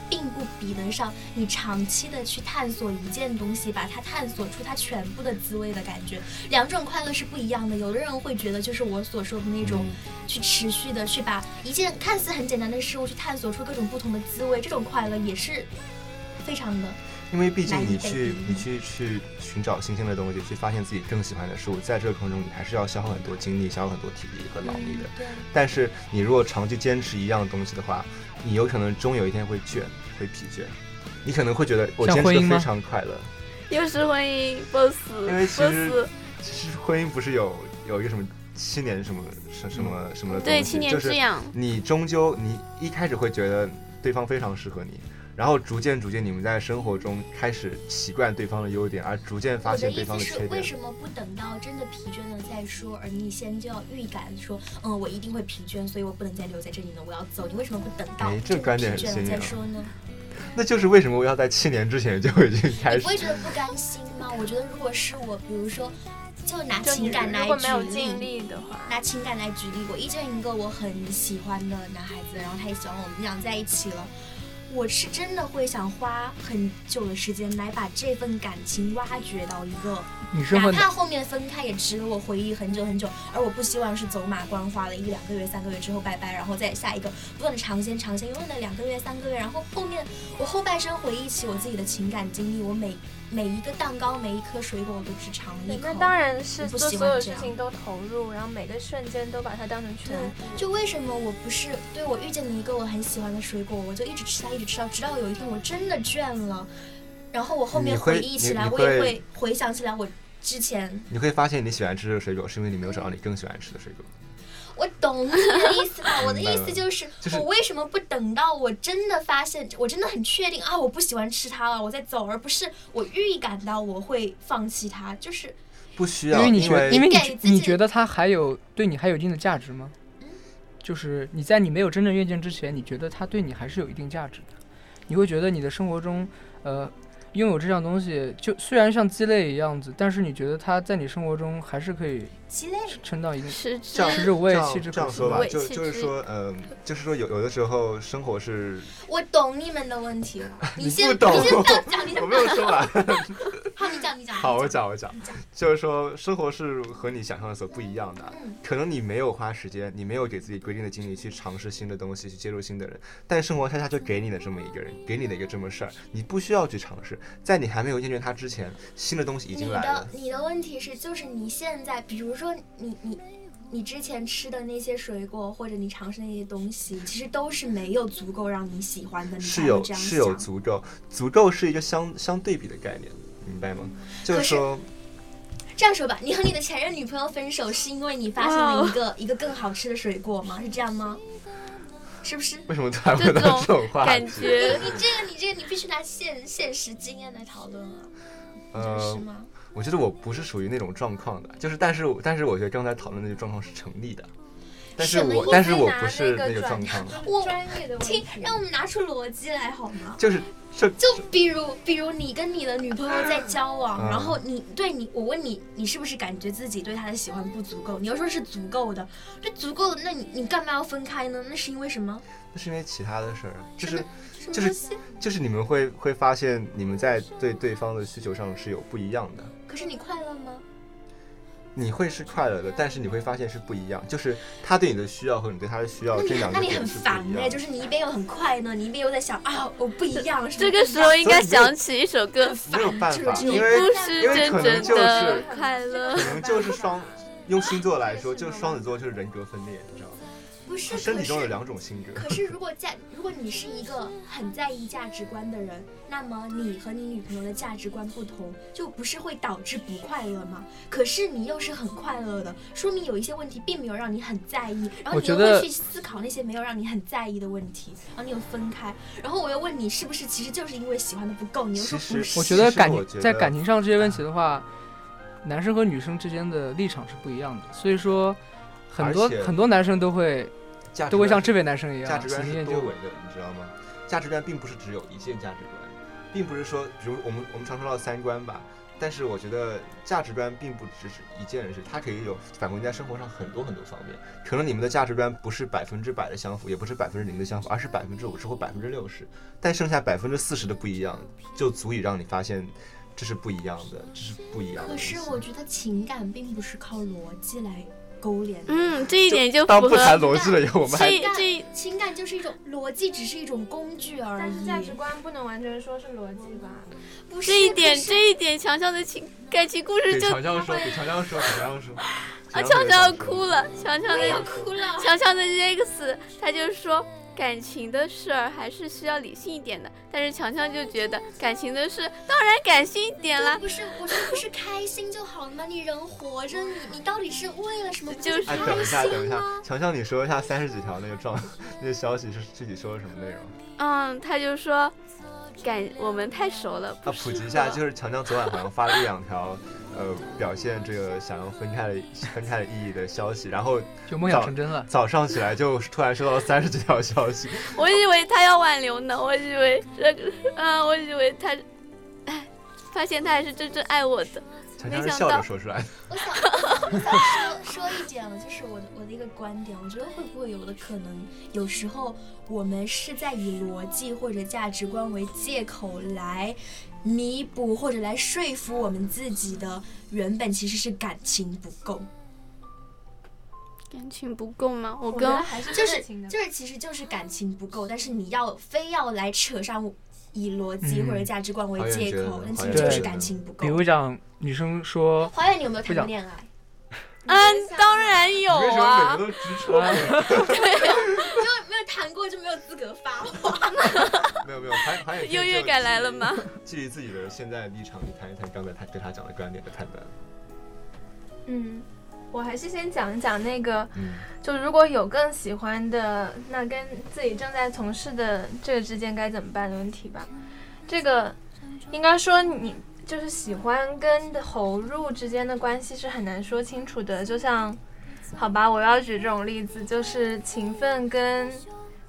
Speaker 6: 并不比得上你长期的去探索一件东西，把它探索出它全部的滋味的感觉。两种快乐是不一样的。有的人会觉得，就是我所说的那种，
Speaker 4: 嗯
Speaker 6: 去持续的去把一件看似很简单的事物去探索出各种不同的滋味，这种快乐也是非常的。
Speaker 4: 因为毕竟你
Speaker 6: 难以被
Speaker 4: 去
Speaker 6: 比
Speaker 4: 你去去寻找新鲜的东西，去发现自己更喜欢的事物，在这个过程中，你还是要消耗很多精力、消耗很多体力和脑力的。
Speaker 3: 嗯
Speaker 6: 对。
Speaker 4: 但是你如果长期坚持一样东西的话，你有可能终有一天会倦，会疲倦。你可能会觉得我
Speaker 3: 像
Speaker 4: 坚持
Speaker 3: 婚
Speaker 4: 的
Speaker 3: 姻吗
Speaker 4: 非常快乐，
Speaker 2: 又是婚姻 boss
Speaker 4: 因为其实
Speaker 2: boss，
Speaker 4: 其实婚姻不是有有一个什么七年什么什什
Speaker 3: 嗯
Speaker 4: 么什么的东
Speaker 2: 对
Speaker 4: 西，
Speaker 2: 七年
Speaker 4: 就是
Speaker 2: 之痒，
Speaker 4: 你终究你一开始会觉得对方非常适合你，然后逐渐逐渐你们在生活中开始习惯对方的优点，而逐渐发
Speaker 6: 我的
Speaker 4: 现
Speaker 6: 意
Speaker 4: 对方
Speaker 6: 思
Speaker 4: 的
Speaker 6: 是
Speaker 4: 缺，
Speaker 6: 为
Speaker 4: 点。
Speaker 6: 什么不等到真的疲倦了再说，而你先就要预感说，嗯，我一定会疲倦，所以我不能再留在这里了，我要走。你为什么不等到
Speaker 4: 哎这
Speaker 6: 真的
Speaker 4: 观
Speaker 6: 疲
Speaker 4: 点很
Speaker 6: 倦了
Speaker 4: 新
Speaker 6: 再
Speaker 4: 颖啊
Speaker 6: 说呢？
Speaker 4: 那就是为什么我要在七年之前就已经开始
Speaker 6: 你不会觉得不甘心吗？我觉得如果是我，比如说，就拿
Speaker 5: 就你
Speaker 6: 情感来
Speaker 5: 如果没有
Speaker 6: 举
Speaker 5: 尽力的话，
Speaker 6: 拿情感来举例，我遇见一个我很喜欢的男孩子，然后他也喜欢我，我们俩在一起了。我是真的会想花很久的时间来把这份感情挖掘到一个，
Speaker 3: 你是
Speaker 6: 哪
Speaker 3: 会
Speaker 6: 怕后面分开也值得我回忆很久很久，而我不希望是走马观花了一两个月、三个月之后拜拜，然后再下一个不断的尝鲜尝鲜，永远的两个月、三个月，然后后面我后半生回忆起我自己的情感经历，我每每一个蛋糕、每一颗水果我都只尝了
Speaker 5: 对
Speaker 6: 一口
Speaker 5: 那。当然是
Speaker 6: 我不
Speaker 5: 做
Speaker 6: 喜
Speaker 5: 所有
Speaker 6: 欢这
Speaker 5: 事
Speaker 6: 样
Speaker 5: 情都投入，然后每个瞬间都把它当成全
Speaker 6: 对，就为什么我不是对我遇见了一个我很喜欢的水果，我就一直吃它，一直吃到，直到有一天我真的倦了，然后我后面
Speaker 4: 你会
Speaker 6: 回忆起来，
Speaker 4: 你你
Speaker 6: 我
Speaker 4: 会
Speaker 6: 也会回想起来我之前。
Speaker 4: 你会发现你喜欢吃的水果，是因为你没有找到你更喜欢吃的水果。
Speaker 6: 我懂你的意思吧？我的
Speaker 4: 明白
Speaker 6: 意
Speaker 4: 了
Speaker 6: 思就是，
Speaker 4: 就是
Speaker 6: 我为什么不等到我真的发现，我真的很确定啊，我不喜欢吃它了，我再走，而不是我预感到我会放弃它，就是
Speaker 4: 不需
Speaker 3: 因
Speaker 4: 要，
Speaker 3: 为你
Speaker 4: 因
Speaker 3: 觉得，因为你
Speaker 4: 为
Speaker 6: 给
Speaker 3: 觉
Speaker 6: 自
Speaker 3: 你
Speaker 6: 己嗯
Speaker 3: 觉得他还有对你还有一定的价值吗？就是你在你没有真正阅卷之前，你觉得他对你还是有一定价值的，你会觉得你的生活中，呃，拥有这样东西，就虽然像鸡肋一样子，但是你觉得它在你生活中还是可以
Speaker 6: 鸡肋。
Speaker 3: 撑到一定。
Speaker 2: 食之
Speaker 4: 这样
Speaker 3: 食之无味
Speaker 4: 这样
Speaker 3: 弃之可
Speaker 4: 这样
Speaker 3: 惜
Speaker 4: 说吧
Speaker 2: 无，味
Speaker 4: 就
Speaker 2: 弃
Speaker 4: 就是
Speaker 2: 之
Speaker 4: 说，嗯，就是说有有的时候生活是，
Speaker 6: 我懂你们的问题了，
Speaker 4: 你
Speaker 6: 先
Speaker 4: 不懂
Speaker 6: 你先到讲，你先
Speaker 4: 我没有说完，
Speaker 1: 好，你讲，你讲。
Speaker 4: 好，我
Speaker 1: 你讲。
Speaker 4: 讲我讲，就是说生活是和你想象的所不一样的
Speaker 6: 嗯，
Speaker 4: 可能你没有花时间，你没有给自己规定的精力去尝试新的东西，去接触新的人，但生活恰恰就给你的这么一个人，给你的一个这么事儿，你不需要去尝试，在你还没有厌倦它之前，新的东西已
Speaker 6: 你
Speaker 4: 经来
Speaker 6: 的
Speaker 4: 了。
Speaker 6: 你的问题是，就是你现在，比如说你你你之前吃的那些水果，或者你尝试那些东西，其实都是没有足够让你喜欢的，你才
Speaker 4: 是
Speaker 6: 会
Speaker 4: 有
Speaker 6: 这样
Speaker 4: 是有
Speaker 6: 想
Speaker 4: 足够，足够是一个相相对比的概念，明白吗？就是
Speaker 6: 可是
Speaker 4: 说，
Speaker 6: 这样说吧，你和你的前任女朋友分手是因为你发现了一个、一个更好吃的水果吗？是这样吗？是不是？
Speaker 4: 为什么突然问到
Speaker 2: 这
Speaker 4: 这种话
Speaker 2: 感
Speaker 4: 题？
Speaker 2: 觉
Speaker 6: 你这个你这个你必须拿现现实经验来讨论啊，
Speaker 4: 呃
Speaker 6: 是，吗？
Speaker 4: 我觉得我不是属于那种状况的，就是但是我但是我觉得刚才讨论的那个状况是成立的，但是
Speaker 6: 什么
Speaker 4: 我
Speaker 6: 意
Speaker 4: 但
Speaker 5: 思
Speaker 4: 是我
Speaker 5: 拿
Speaker 4: 不
Speaker 5: 那
Speaker 4: 是
Speaker 5: 个
Speaker 4: 那个
Speaker 5: 转
Speaker 4: 状况，
Speaker 6: 我
Speaker 5: 专业的问
Speaker 6: 听
Speaker 5: 题，，啊
Speaker 6: 让我们拿出逻辑来好吗？
Speaker 4: 就是这
Speaker 6: 就比如，比如你跟你的女朋友在交往，
Speaker 4: 嗯
Speaker 6: 然后你对你，我问你，你是不是感觉自己对她的喜欢不足够？你要说是足够的，这足够的，那你你干嘛要分开呢？那是因为什么？
Speaker 4: 那是因为其他的事儿，就是
Speaker 6: 什么
Speaker 4: 就是
Speaker 6: 东西？
Speaker 4: 就是你们会会发现你们在对对方的需求上是有不一样的。
Speaker 6: 可是你快乐吗？
Speaker 4: 你会是快乐的，但是你会发现是不一样，就是他对你的需要和你对他的需要
Speaker 6: 那
Speaker 4: 哦这
Speaker 6: 你
Speaker 4: 两
Speaker 6: 那
Speaker 4: 个
Speaker 6: 你很
Speaker 4: 点是不
Speaker 6: 烦
Speaker 4: 一
Speaker 6: 哎、
Speaker 4: 样。
Speaker 6: 就是你一边又很快乐，你一边又在想啊，我不一样。是
Speaker 2: 这
Speaker 6: 吗
Speaker 2: 个时候应该想起一首歌，
Speaker 4: 没有办法，
Speaker 6: 就是
Speaker 4: 因
Speaker 2: 不
Speaker 4: 为
Speaker 2: 是
Speaker 4: 因为
Speaker 2: 真
Speaker 4: 可能
Speaker 2: 正
Speaker 4: 就
Speaker 2: 的
Speaker 4: 是
Speaker 2: 快乐
Speaker 4: 可。能就是 双，用星座来说，就是双子座就是人格分裂，你知道吗？
Speaker 6: 不是
Speaker 4: 身体
Speaker 6: 可是
Speaker 4: 中有两种性格。
Speaker 6: 可是，如果价，如果你是一个很在意价值观的人，那么你和你女朋友的价值观不同，就不是会导致不快乐吗？可是你又是很快乐的，说明有一些问题并没有让你很在意，然后
Speaker 3: 我
Speaker 6: 你
Speaker 3: 觉
Speaker 6: 又
Speaker 3: 得
Speaker 6: 会去思考那些没有让你很在意的问题，然后你又分开，然后我又问你是不是其实就是因为喜欢的不够，你又
Speaker 4: 其
Speaker 6: 说
Speaker 4: 实
Speaker 6: 不是。
Speaker 3: 我觉得
Speaker 4: 其实
Speaker 3: 感
Speaker 4: 我
Speaker 3: 情
Speaker 4: 觉
Speaker 3: 在
Speaker 4: 得啊
Speaker 3: 感情上这些问题的话，男生和女生之间的立场是不一样的，所以说很多
Speaker 4: 而且
Speaker 3: 很多男生都会
Speaker 4: 价值
Speaker 3: 都会像
Speaker 4: 观
Speaker 3: 这位男生一
Speaker 4: 价
Speaker 3: 样，
Speaker 4: 值
Speaker 3: 喜
Speaker 4: 观
Speaker 3: 新
Speaker 4: 是
Speaker 3: 厌
Speaker 4: 多
Speaker 3: 旧。
Speaker 4: 维的，你知道吗？价值观并不是只有一件价值观，并不是说，比如我们我们常说到三观吧，但是我觉得价值观并不只是一件事，它可以有反映在生活上很多很多方面。可能你们的价值观不是百分之百的相符，也不是百分之零的相符，而是百分之五十或百分之六十，但剩下百分之四十的不一样，就足以让你发现这是不一样的，这是不一样的
Speaker 6: 可
Speaker 4: 东西。
Speaker 6: 是我觉得情感并不是靠逻辑来勾连的。
Speaker 2: 嗯，这一点就
Speaker 4: 当
Speaker 2: 符
Speaker 4: 不谈
Speaker 2: 合
Speaker 4: 逻辑了以后，我们还
Speaker 2: 这这
Speaker 6: 情感就是一种逻辑，只是一种工具而
Speaker 5: 但
Speaker 6: 已。
Speaker 5: 是价值观不能完全说是逻辑吧？
Speaker 6: 不是
Speaker 2: 这一点
Speaker 6: 可是
Speaker 2: 这一点，强强的情感情故事
Speaker 4: 给
Speaker 2: 就
Speaker 4: 乔乔说，给乔乔说，给乔乔说，
Speaker 2: 啊，
Speaker 4: 乔
Speaker 2: 强强要
Speaker 4: 要
Speaker 2: 哭了，强强的
Speaker 6: 哭了。
Speaker 2: 强强的 X，他就说感情的事儿还是需要理性一点的，但是强强就觉得感情的事当然感性一点啦，
Speaker 6: 不是，我说不是开心就好了吗？你人活着，你你到底是为了什么？不
Speaker 2: 就是
Speaker 4: 哎，
Speaker 6: 开
Speaker 4: 等一下，等一
Speaker 6: 心
Speaker 4: 下
Speaker 6: 吗？，
Speaker 4: 强强，你说一下三十几条那个状 那个消息是具体说的什么内容？
Speaker 2: 嗯，他就说感我们太熟了，
Speaker 4: 啊
Speaker 2: 不，适
Speaker 4: 普及一下，
Speaker 2: 合
Speaker 4: 就是强强昨晚好像发了一两条，呃，表现这个想要分开的分开的意义的消息，然后
Speaker 3: 就梦想成真了。
Speaker 4: 早上起来就突然收到了三十几条消 息，
Speaker 2: 我以为他要挽留呢，我以为这个，嗯，我以为他，哎，发现他还是真正爱我的。
Speaker 4: 强强
Speaker 2: 没
Speaker 4: 是
Speaker 2: 想
Speaker 4: 笑
Speaker 2: 到
Speaker 4: 着说出来的。
Speaker 6: 我想，我想说说一点啊，就是我的我的一个观点，我觉得会不会有的可能，有时候我们是在以逻辑或者价值观为借口来弥补或者来说服我们自己的原本其实是感情不够。
Speaker 2: 感情不够吗？我
Speaker 5: 我
Speaker 2: 跟
Speaker 5: 觉得还是
Speaker 6: 就
Speaker 5: 热
Speaker 6: 是
Speaker 5: 情的
Speaker 6: 就是，其实就是感情不够，但是你要非要来扯上以逻辑
Speaker 3: 嗯
Speaker 6: 或者价值观
Speaker 4: 好
Speaker 6: 为
Speaker 4: 像
Speaker 6: 借
Speaker 4: 觉得
Speaker 6: 口，那其
Speaker 4: 好
Speaker 6: 实
Speaker 3: 像
Speaker 6: 就是
Speaker 3: 觉
Speaker 6: 感
Speaker 4: 得
Speaker 6: 情不
Speaker 3: 比如
Speaker 6: 够。
Speaker 3: 讲，女生 说，
Speaker 6: 花园，你有没有谈过
Speaker 3: 讲
Speaker 6: 恋啊 爱？
Speaker 2: 嗯，当然有
Speaker 4: 为什么每
Speaker 2: 啊
Speaker 4: 个，都直戳？
Speaker 3: 哎
Speaker 6: 没有谈过就没有资格发话。
Speaker 4: 没有没有，还还有
Speaker 2: 优越感来了吗？？
Speaker 4: 基于自己的现在的立场，去谈一谈刚才他对他讲的观点的判断。
Speaker 5: 嗯，我还是先讲一讲那个，
Speaker 4: 嗯，
Speaker 5: 就如果有更喜欢的，那跟自己正在从事的这个之间该怎么办的问题吧。这个应该说你就是喜欢跟投入之间的关系是很难说清楚的。就像，好吧，我要举这种例子，就是勤奋跟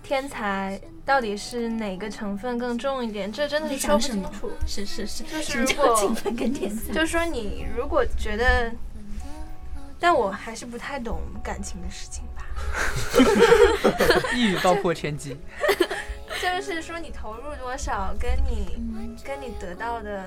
Speaker 5: 天才到底是哪个成分更重一点，这真的是
Speaker 6: 你
Speaker 5: 说
Speaker 6: 讲
Speaker 5: 不
Speaker 6: 什
Speaker 5: 清
Speaker 6: 么
Speaker 5: 楚。
Speaker 6: 是是是，
Speaker 5: 就是
Speaker 6: 什
Speaker 5: 如
Speaker 6: 么叫
Speaker 5: 果
Speaker 6: 勤奋跟天才。
Speaker 5: 就是说你如果觉得，但我还是不太懂感情的事情吧。
Speaker 3: 一语道破天机。
Speaker 5: 就是说你投入多少，跟你跟你得到的，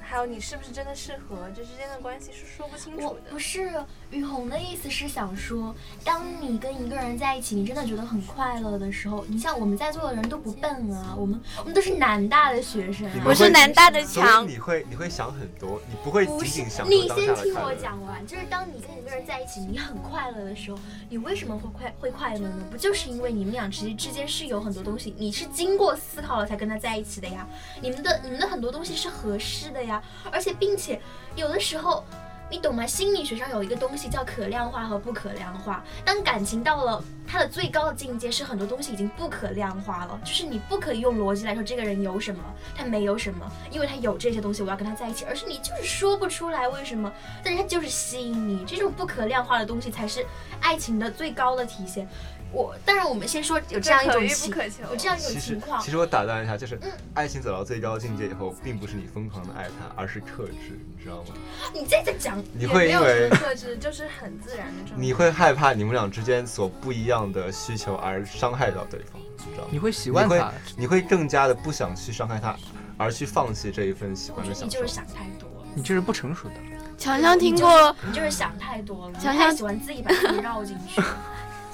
Speaker 5: 还有你是不是真的适合，这之间的关系是说不清
Speaker 6: 我
Speaker 5: 楚
Speaker 6: 不
Speaker 5: 的。
Speaker 6: 是雨虹的意思是想说，当你跟一个人在一起，你真的觉得很快乐的时候，你像我们在座的人都不笨啊，我们我们都是南大的学生、
Speaker 4: 你
Speaker 6: 啊
Speaker 4: 们，
Speaker 2: 我是南大的
Speaker 4: 所
Speaker 2: 强
Speaker 4: 以，你会你会想很多，你不会仅
Speaker 6: 不是
Speaker 4: 仅享，受
Speaker 6: 你
Speaker 4: 当下
Speaker 6: 先
Speaker 4: 的
Speaker 6: 听
Speaker 4: 快
Speaker 6: 我
Speaker 4: 乐。
Speaker 6: 讲完，就是当你跟一个人在一起，你很快乐的时候，你为什么会快会快乐呢？不就是因为你们俩其实之间是有很多东西，你是经过思考了才跟他在一起的呀，你们的你们的很多东西是合适的呀，而且并且有的时候。你懂吗？心理学上有一个东西叫可量化和不可量化。当感情到了它的最高的境界，是很多东西已经不可量化了，就是你不可以用逻辑来说这个人有什么，他没有什么，因为他有这些东西，我要跟他在一起，而是你就是说不出来为什么，但是他就是吸引你，这种不可量化的东西才是爱情的最高的体现。我当然我们先说有这样一
Speaker 5: 可
Speaker 6: 种
Speaker 5: 遇不
Speaker 6: 情，
Speaker 5: 可求
Speaker 6: 有。这样一种
Speaker 4: 其
Speaker 6: 情
Speaker 4: 实
Speaker 6: 况
Speaker 4: 其，实我打断一下，就是
Speaker 6: 嗯
Speaker 4: 爱情走到最高境界以后，并不是你疯狂的爱他，而是克制，你知道吗？
Speaker 6: 你再再讲，
Speaker 4: 你会
Speaker 5: 也
Speaker 4: 因
Speaker 5: 没有
Speaker 4: 为
Speaker 5: 什么克制，就是很自然的状态。
Speaker 4: 你会害怕你们俩之间所不一样的需求而伤害到对方，你知道吗
Speaker 3: 你？会习
Speaker 4: 你
Speaker 3: 惯
Speaker 4: 会
Speaker 3: 它，
Speaker 4: 你会更加的不想去伤害他，而去放弃这一份喜
Speaker 6: 我
Speaker 4: 欢
Speaker 6: 觉
Speaker 4: 的
Speaker 6: 得你
Speaker 4: 享受
Speaker 6: 就是。想太多了。
Speaker 3: 你这是不成熟的。
Speaker 2: 强强听
Speaker 6: 你就
Speaker 2: 过
Speaker 6: 你就是想太多了，
Speaker 2: 想想
Speaker 6: 你太喜欢自己把自己绕进去。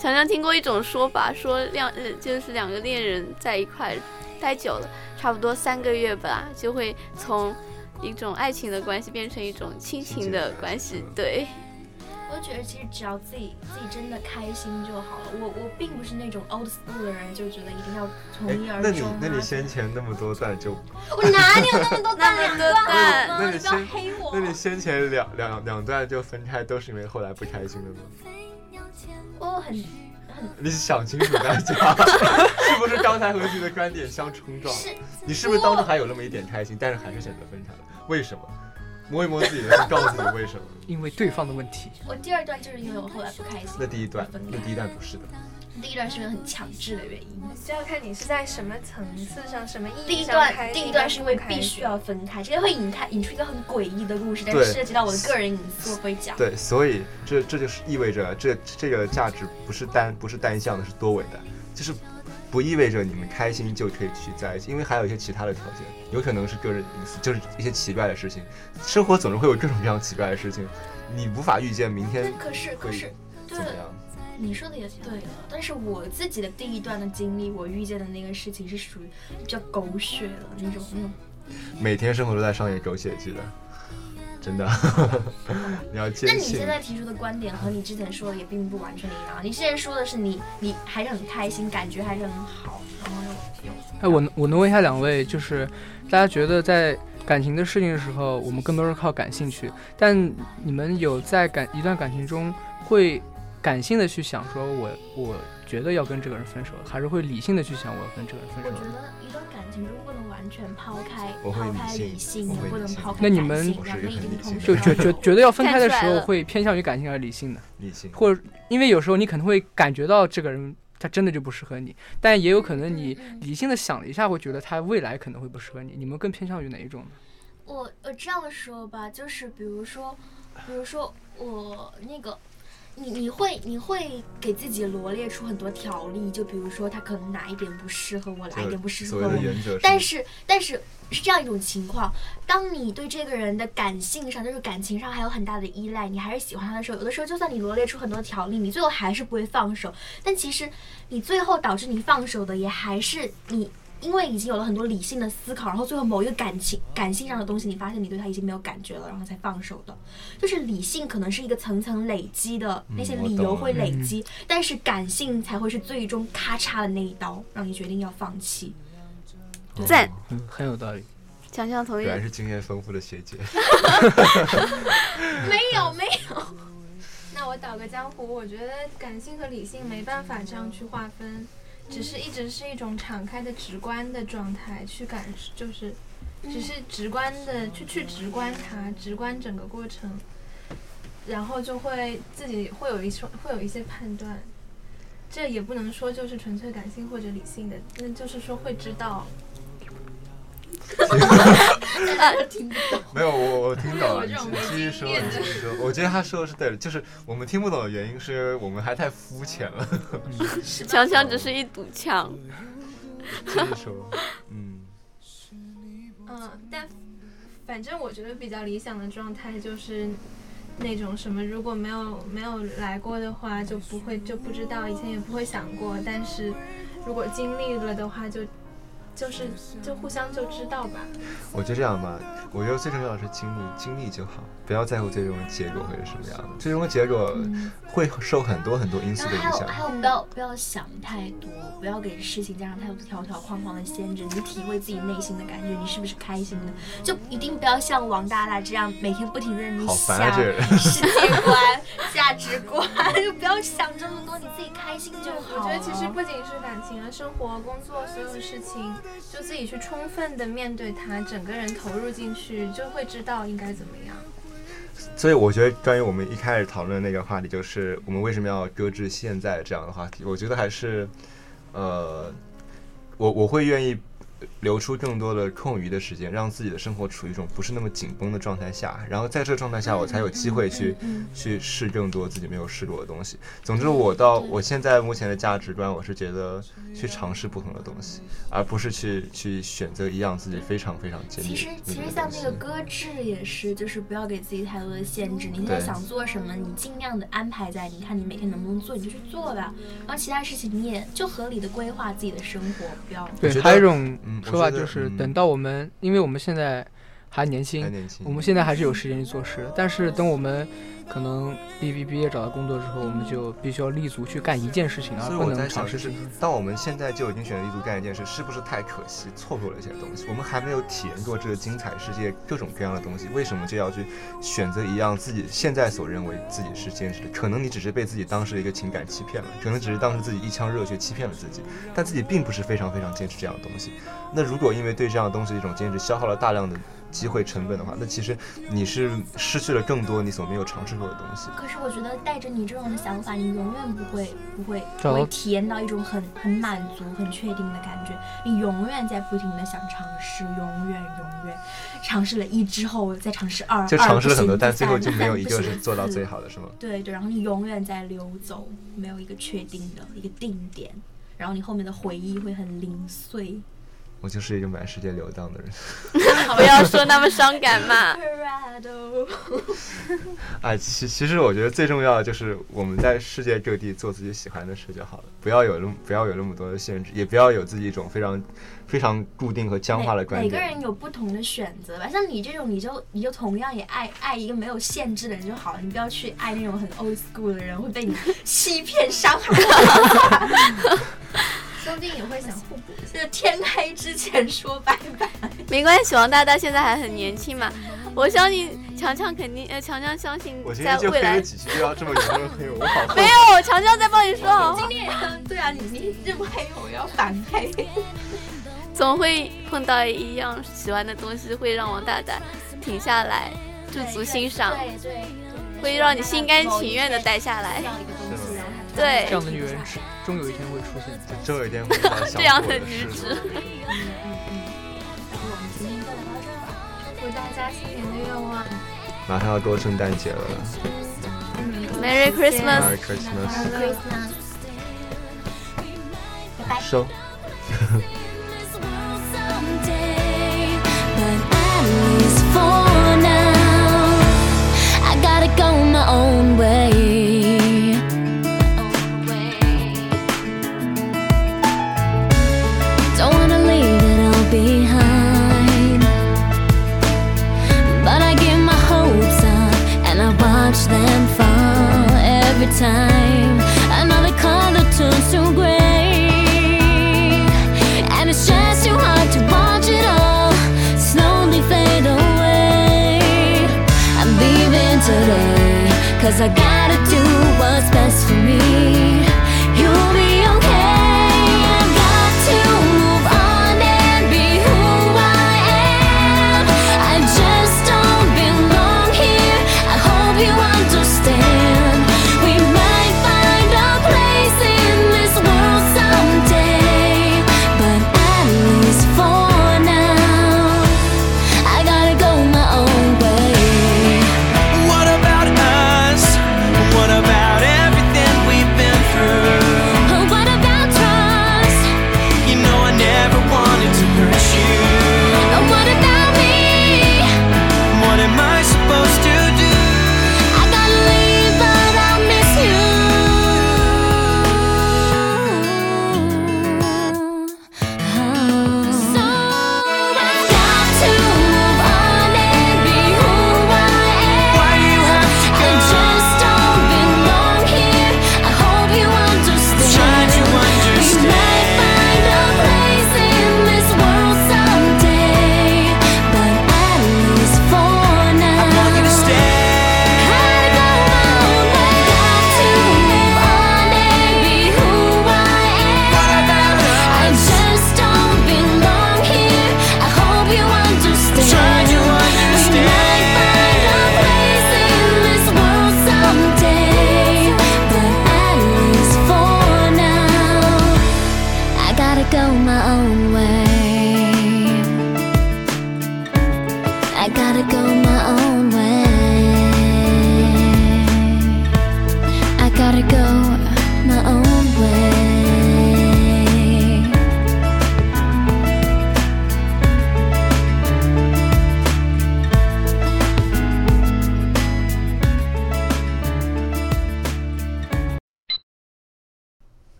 Speaker 2: 强强听过一种说法，说两呃就是两个恋人在一块待久了，差不多三个月吧，就会从一种爱情的关系变成一种亲情的关系。对，
Speaker 6: 我就觉得其实只要自己自己真的开心就好了。我我并不是那种 old school 的人，就觉得一定要从
Speaker 4: 哎
Speaker 6: 一而
Speaker 4: 那
Speaker 6: 终
Speaker 4: 你
Speaker 6: 啊。
Speaker 4: 那你先前那么多段就，
Speaker 6: 我哪里有那么 多
Speaker 2: 那
Speaker 6: 蛋
Speaker 2: 么
Speaker 6: 呀？
Speaker 2: 多蛋，
Speaker 6: 妈
Speaker 4: 那
Speaker 6: 啊你
Speaker 4: 你
Speaker 6: 不要
Speaker 4: 先
Speaker 6: 黑我
Speaker 4: 那。你先前两两两段就分开，都是因为后来不开心的吗？
Speaker 6: 我很
Speaker 4: 你想清楚 再讲，是不是刚才和你的观点相冲撞？
Speaker 6: 是
Speaker 4: 你是不是当初还有那么一点开心，但是还是选择分开了？为什么？摸一摸自己的心，告诉你为什么。
Speaker 3: 因为对方的问题，
Speaker 6: 我第二段就是因为我后来不开心
Speaker 4: 那，第一段，那第一段不是的。
Speaker 6: 第一段是因为很强制的原因。
Speaker 5: 这要看你是在什么层次上、什么意
Speaker 6: 第
Speaker 5: 义
Speaker 6: 一
Speaker 5: 上
Speaker 6: 段
Speaker 5: 开
Speaker 6: 第一
Speaker 5: 心
Speaker 6: 段是因为
Speaker 5: 不开
Speaker 6: 必
Speaker 5: 心
Speaker 6: 须要分开，这个会引开引出一个很诡异的故事，但
Speaker 4: 对
Speaker 6: 是涉及到我的个人隐私，我不会讲。
Speaker 4: 对，所以这这就是意味着这这个价值不是单不是单向的，是多维的，就是不意味着你们开心就可以去在一起，因为还有一些其他的条件，有可能是个人隐私，就是一些奇怪的事情。生活总是会有各种各样奇怪的事情，你无法预见明天
Speaker 6: 可是可
Speaker 4: 会
Speaker 6: 是，对
Speaker 4: 怎么样。
Speaker 6: 你说的也对的，但是我自己的第一段的经历，我遇见的那个事情是属于比较狗血的那种嗯那种。
Speaker 4: 每天生活都在上演狗血剧的，真的， 你要
Speaker 6: 那
Speaker 4: 坚
Speaker 6: 你
Speaker 4: 信
Speaker 6: 现。在提出的观点和你之前说的也并不完全一样。你之前说的是你你还是很开心，感觉还是很好，然后又
Speaker 3: 哎，我能我能问一下两位，就是大家觉得在感情的事情的时候，我们更多是靠感兴趣，但你们有在感一段感情中会感性的去想，说我我觉得要跟这个人分手，还是会理性的去想我要跟这个人分
Speaker 6: 我
Speaker 3: 手
Speaker 6: 觉？得一段感情中不能完全抛开
Speaker 4: 我会
Speaker 6: 抛
Speaker 4: 理
Speaker 6: 开
Speaker 4: 性
Speaker 6: 理性，
Speaker 4: 我
Speaker 6: 也
Speaker 4: 会
Speaker 6: 不
Speaker 4: 理
Speaker 6: 能
Speaker 4: 性
Speaker 6: 抛开
Speaker 3: 那你
Speaker 6: 感
Speaker 3: 们
Speaker 6: 性
Speaker 4: 我是
Speaker 6: 两
Speaker 4: 一个
Speaker 6: 个一
Speaker 4: 很
Speaker 6: 定
Speaker 4: 理性
Speaker 6: 同
Speaker 4: 的
Speaker 6: 时
Speaker 3: 就
Speaker 4: 人
Speaker 3: 觉
Speaker 6: 要
Speaker 3: 觉
Speaker 6: 有
Speaker 3: 觉得要分开的时
Speaker 2: 看出来
Speaker 3: 候，
Speaker 2: 了
Speaker 3: 会偏向于感性还是理性的？
Speaker 4: 理性，
Speaker 3: 或者因为有时候你可能会感觉到这个人他真的就不适合你，但也有可能你
Speaker 6: 嗯嗯
Speaker 3: 理性的想了一下，会觉得他未来可能会不适合你。你们更偏向于哪一种呢？
Speaker 6: 我我这样说吧，就是比如说，比如说我那个，你你会你会给自己罗列出很多条例，就比如说他可能哪一点不适合我，哪一点不适
Speaker 4: 所
Speaker 6: 合
Speaker 4: 谓
Speaker 6: 我
Speaker 4: 的，原则是，
Speaker 6: 但是但是是这样一种情况，当你对这个人的感性上，就是感情上还有很大的依赖，你还是喜欢他的时候，有的时候就算你罗列出很多条例，你最后还是不会放手。但其实你最后导致你放手的，也还是你。因为已经有了很多理性的思考，然后最后某一个感情感性上的东西，你发现你对他已经没有感觉了，然后才放手的。就是理性可能是一个层层累积的，那些
Speaker 4: 嗯我
Speaker 6: 理
Speaker 4: 懂
Speaker 6: 由
Speaker 4: 了
Speaker 6: 会累积，
Speaker 4: 嗯
Speaker 6: 但是感性才会是最终咔嚓的那一刀，让你决定要放弃。
Speaker 4: 哦
Speaker 2: 赞
Speaker 3: 嗯，很有道理。
Speaker 2: 强强同意
Speaker 4: 果。然是经验丰富的学姐。
Speaker 6: 没有，没有。
Speaker 5: 那我倒个江湖，我觉得感性和理性没办法这样去划分，只是一直是一种敞开的直观的状态去感，就是只是直观的去去直观它，直观整个过程，然后就会自己会有一说会有一些判断。这也不能说就是纯粹感性或者理性的，那就是说会知道，
Speaker 4: 没有，我我听懂了，
Speaker 5: 这
Speaker 4: 你
Speaker 5: 种
Speaker 4: 继续说，
Speaker 5: 没经验
Speaker 4: 你继续说。我觉得他说的是对的，就是我们听不懂的原因是因为我们还太肤浅了。
Speaker 2: 强强只是一堵墙，
Speaker 4: 继续说，嗯，
Speaker 5: 嗯，但反正我觉得比较理想的状态就是那种什么，如果没有没有来过的话，就不会就不知道，以前也不会想过，但是如果经历了的话就，就是就互相就知道吧。
Speaker 4: 我觉得这样吧，我觉得最重要的是经历，经历就好，不要在乎最终的结果会是什么样的。最终的结果
Speaker 6: 嗯
Speaker 4: 会受很多很多因素
Speaker 1: 然
Speaker 4: 的
Speaker 1: 后还
Speaker 4: 影
Speaker 1: 有
Speaker 4: 响。
Speaker 1: 还有，不要不要想太多，不要给事情加上太多条条框框的限制。你体会自己内心的感觉，你是不是开心的？就一定不要像王大大这样每天不停的你
Speaker 4: 好
Speaker 1: 想
Speaker 4: 烦啊，这个人。
Speaker 1: 世界观、 价值观， 就不要想这么多，你自己开心就好。啊
Speaker 4: 啊
Speaker 5: 我觉得其实不仅是感情啊，生活、工作所有事情，就自己去充分的面对它，整个人投入进去，就会知道应该怎么样。
Speaker 4: 所以我觉得，关于我们一开始讨论的那个话题，就是我们为什么要搁置现在这样的话题，我觉得还是，呃，我我会愿意留出更多的空余的时间，让自己的生活处于一种不是那么紧绷的状态下，然后在这个状态下，我才有机会去、
Speaker 1: 嗯
Speaker 4: 去试更多自己没有试过的东西。总之，我到我现在目前的价值观，我是觉得去尝试不同的东西，而不是去去选择一样自己非常非常坚定
Speaker 1: 其
Speaker 4: 的
Speaker 1: 实
Speaker 4: 东
Speaker 1: 其
Speaker 4: 西。
Speaker 1: 实像那个搁置也是，就是不要给自己太多的限制。你现在
Speaker 4: 对
Speaker 1: 想做什么，你尽量的安排在，你看你每天能不能做，你就去做吧。然后呃其他事情你也就合理的规划自己的生活，不要。
Speaker 4: 我
Speaker 3: 对，
Speaker 4: 觉
Speaker 3: 还有一
Speaker 4: 得
Speaker 3: 种
Speaker 4: 嗯我
Speaker 3: 说法
Speaker 4: 觉得
Speaker 3: 就是，
Speaker 4: 嗯
Speaker 3: 等到我们，因为我们现在还年
Speaker 4: 还
Speaker 3: 轻，
Speaker 4: 年轻，
Speaker 3: 我们现在还是有时间去做事的。但是等我们可能毕毕毕业找到工作之后，我们就必须要立足去干一件事情，而
Speaker 4: 所以
Speaker 3: 不
Speaker 4: 我
Speaker 3: 能
Speaker 4: 在
Speaker 3: 尝
Speaker 4: 想，
Speaker 3: 试
Speaker 4: 就
Speaker 3: 事
Speaker 4: 是
Speaker 3: 情。
Speaker 4: 当我们现在就已经选择立足干一件事，是不是太可惜，错过了一些东西？我们还没有体验过这个精彩世界各种各样的东西，为什么就要去选择一样自己现在所认为自己是坚持的？可能你只是被自己当时的一个情感欺骗了，可能只是当时自己一腔热血欺骗了自己，但自己并不是非常非常坚持这样的东西。那如果因为对这样的东西的一种坚持，消耗了大量的机会成本的话，那其实你是失去了更多你所没有尝试过的东西。
Speaker 1: 可是我觉得带着你这种的想法，你永远不会不会
Speaker 3: 找
Speaker 1: 不
Speaker 3: 到
Speaker 1: 会体验到一种很很满足、很确定的感觉。你永远在不停的想尝试，永远永远尝试了一之后再尝试二，
Speaker 4: 就
Speaker 1: 二
Speaker 4: 尝
Speaker 1: 啊不
Speaker 4: 试了很
Speaker 1: 行
Speaker 4: 多，
Speaker 1: 第
Speaker 4: 但最
Speaker 1: 三
Speaker 4: 后就
Speaker 1: 第
Speaker 4: 没有
Speaker 1: 三
Speaker 4: 一
Speaker 1: 不
Speaker 4: 个
Speaker 1: 行
Speaker 4: 是做到
Speaker 1: 第
Speaker 4: 最
Speaker 1: 四
Speaker 4: 好的，是吗？
Speaker 1: 对对，然后你永远在溜走，没有一个确定的一个定点，然后你后面的回忆会很零碎。
Speaker 4: 我就是一个满世界游荡的人。
Speaker 2: 不要说那么伤感嘛。
Speaker 1: Colorado
Speaker 4: 哎，其其实我觉得最重要的就是我们在世界各地做自己喜欢的事就好了，不要有那么不要有那么多的限制，也不要有自己一种非常非常固定和僵化的
Speaker 1: 每
Speaker 4: 观
Speaker 1: 每个
Speaker 4: 点。
Speaker 1: 人有不同的选择吧，像你这种，你就你就同样也爱爱一个没有限制的人就好了，你不要去爱那种很 old school 的人，会被你欺骗伤 害。
Speaker 5: 说不定也会想互补一下。
Speaker 1: 就是天黑之前说拜拜。
Speaker 2: 没关系，王大大现在还很年轻嘛，我相信强强肯定，呃，强强相信
Speaker 4: 我今
Speaker 2: 在
Speaker 4: 天就
Speaker 2: 未
Speaker 4: 黑了
Speaker 2: 来。
Speaker 4: 几期，就要这么言论黑我，我好后
Speaker 2: 没
Speaker 4: 悔。
Speaker 2: 有，强强在帮你说好话，
Speaker 1: 今天也是，对啊，你你这么黑我，我要反黑。
Speaker 2: 总会碰到一样喜欢的东西，会让王大大停下来，驻足欣赏，
Speaker 1: 对对对，
Speaker 2: 会让你心甘情愿的待下来
Speaker 1: 需。要一个东西，然后它
Speaker 2: 对
Speaker 3: 这样的女人是终有一天会出现。
Speaker 4: 终有一天会遇到
Speaker 2: 这样的
Speaker 4: 想做我的
Speaker 2: 女
Speaker 4: 事
Speaker 2: 子
Speaker 4: 情。
Speaker 1: 然后我们今天就聊到这儿吧。
Speaker 5: 祝大家新年的愿望
Speaker 4: 马上要过圣诞节了
Speaker 2: Merry Christmas，
Speaker 4: ，Merry Christmas，
Speaker 1: Christmas，拜拜。
Speaker 4: 收。
Speaker 7: I gotta go my own way. Don't wanna leave it all behind. But I give my hopes up and I watch them fall every time. Another color turns to gray. And it's just too hard to watch it all slowly fade away. I'm leaving today, cause I gotta do what's best for me. You'll be okay. I got to move on and be who I am. I just don't belong here. I hope you understand. We might find our place in this world someday, but at least for now, I gotta go my own way.
Speaker 8: What about us? What about everyone?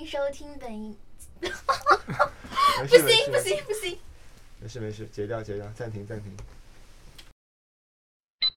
Speaker 6: 迎收听本一。
Speaker 4: 没
Speaker 6: 不
Speaker 4: 事没
Speaker 6: 行
Speaker 1: 哎
Speaker 4: 事
Speaker 6: 不行不行，
Speaker 4: 没事没事，截掉截掉，暂停暂停。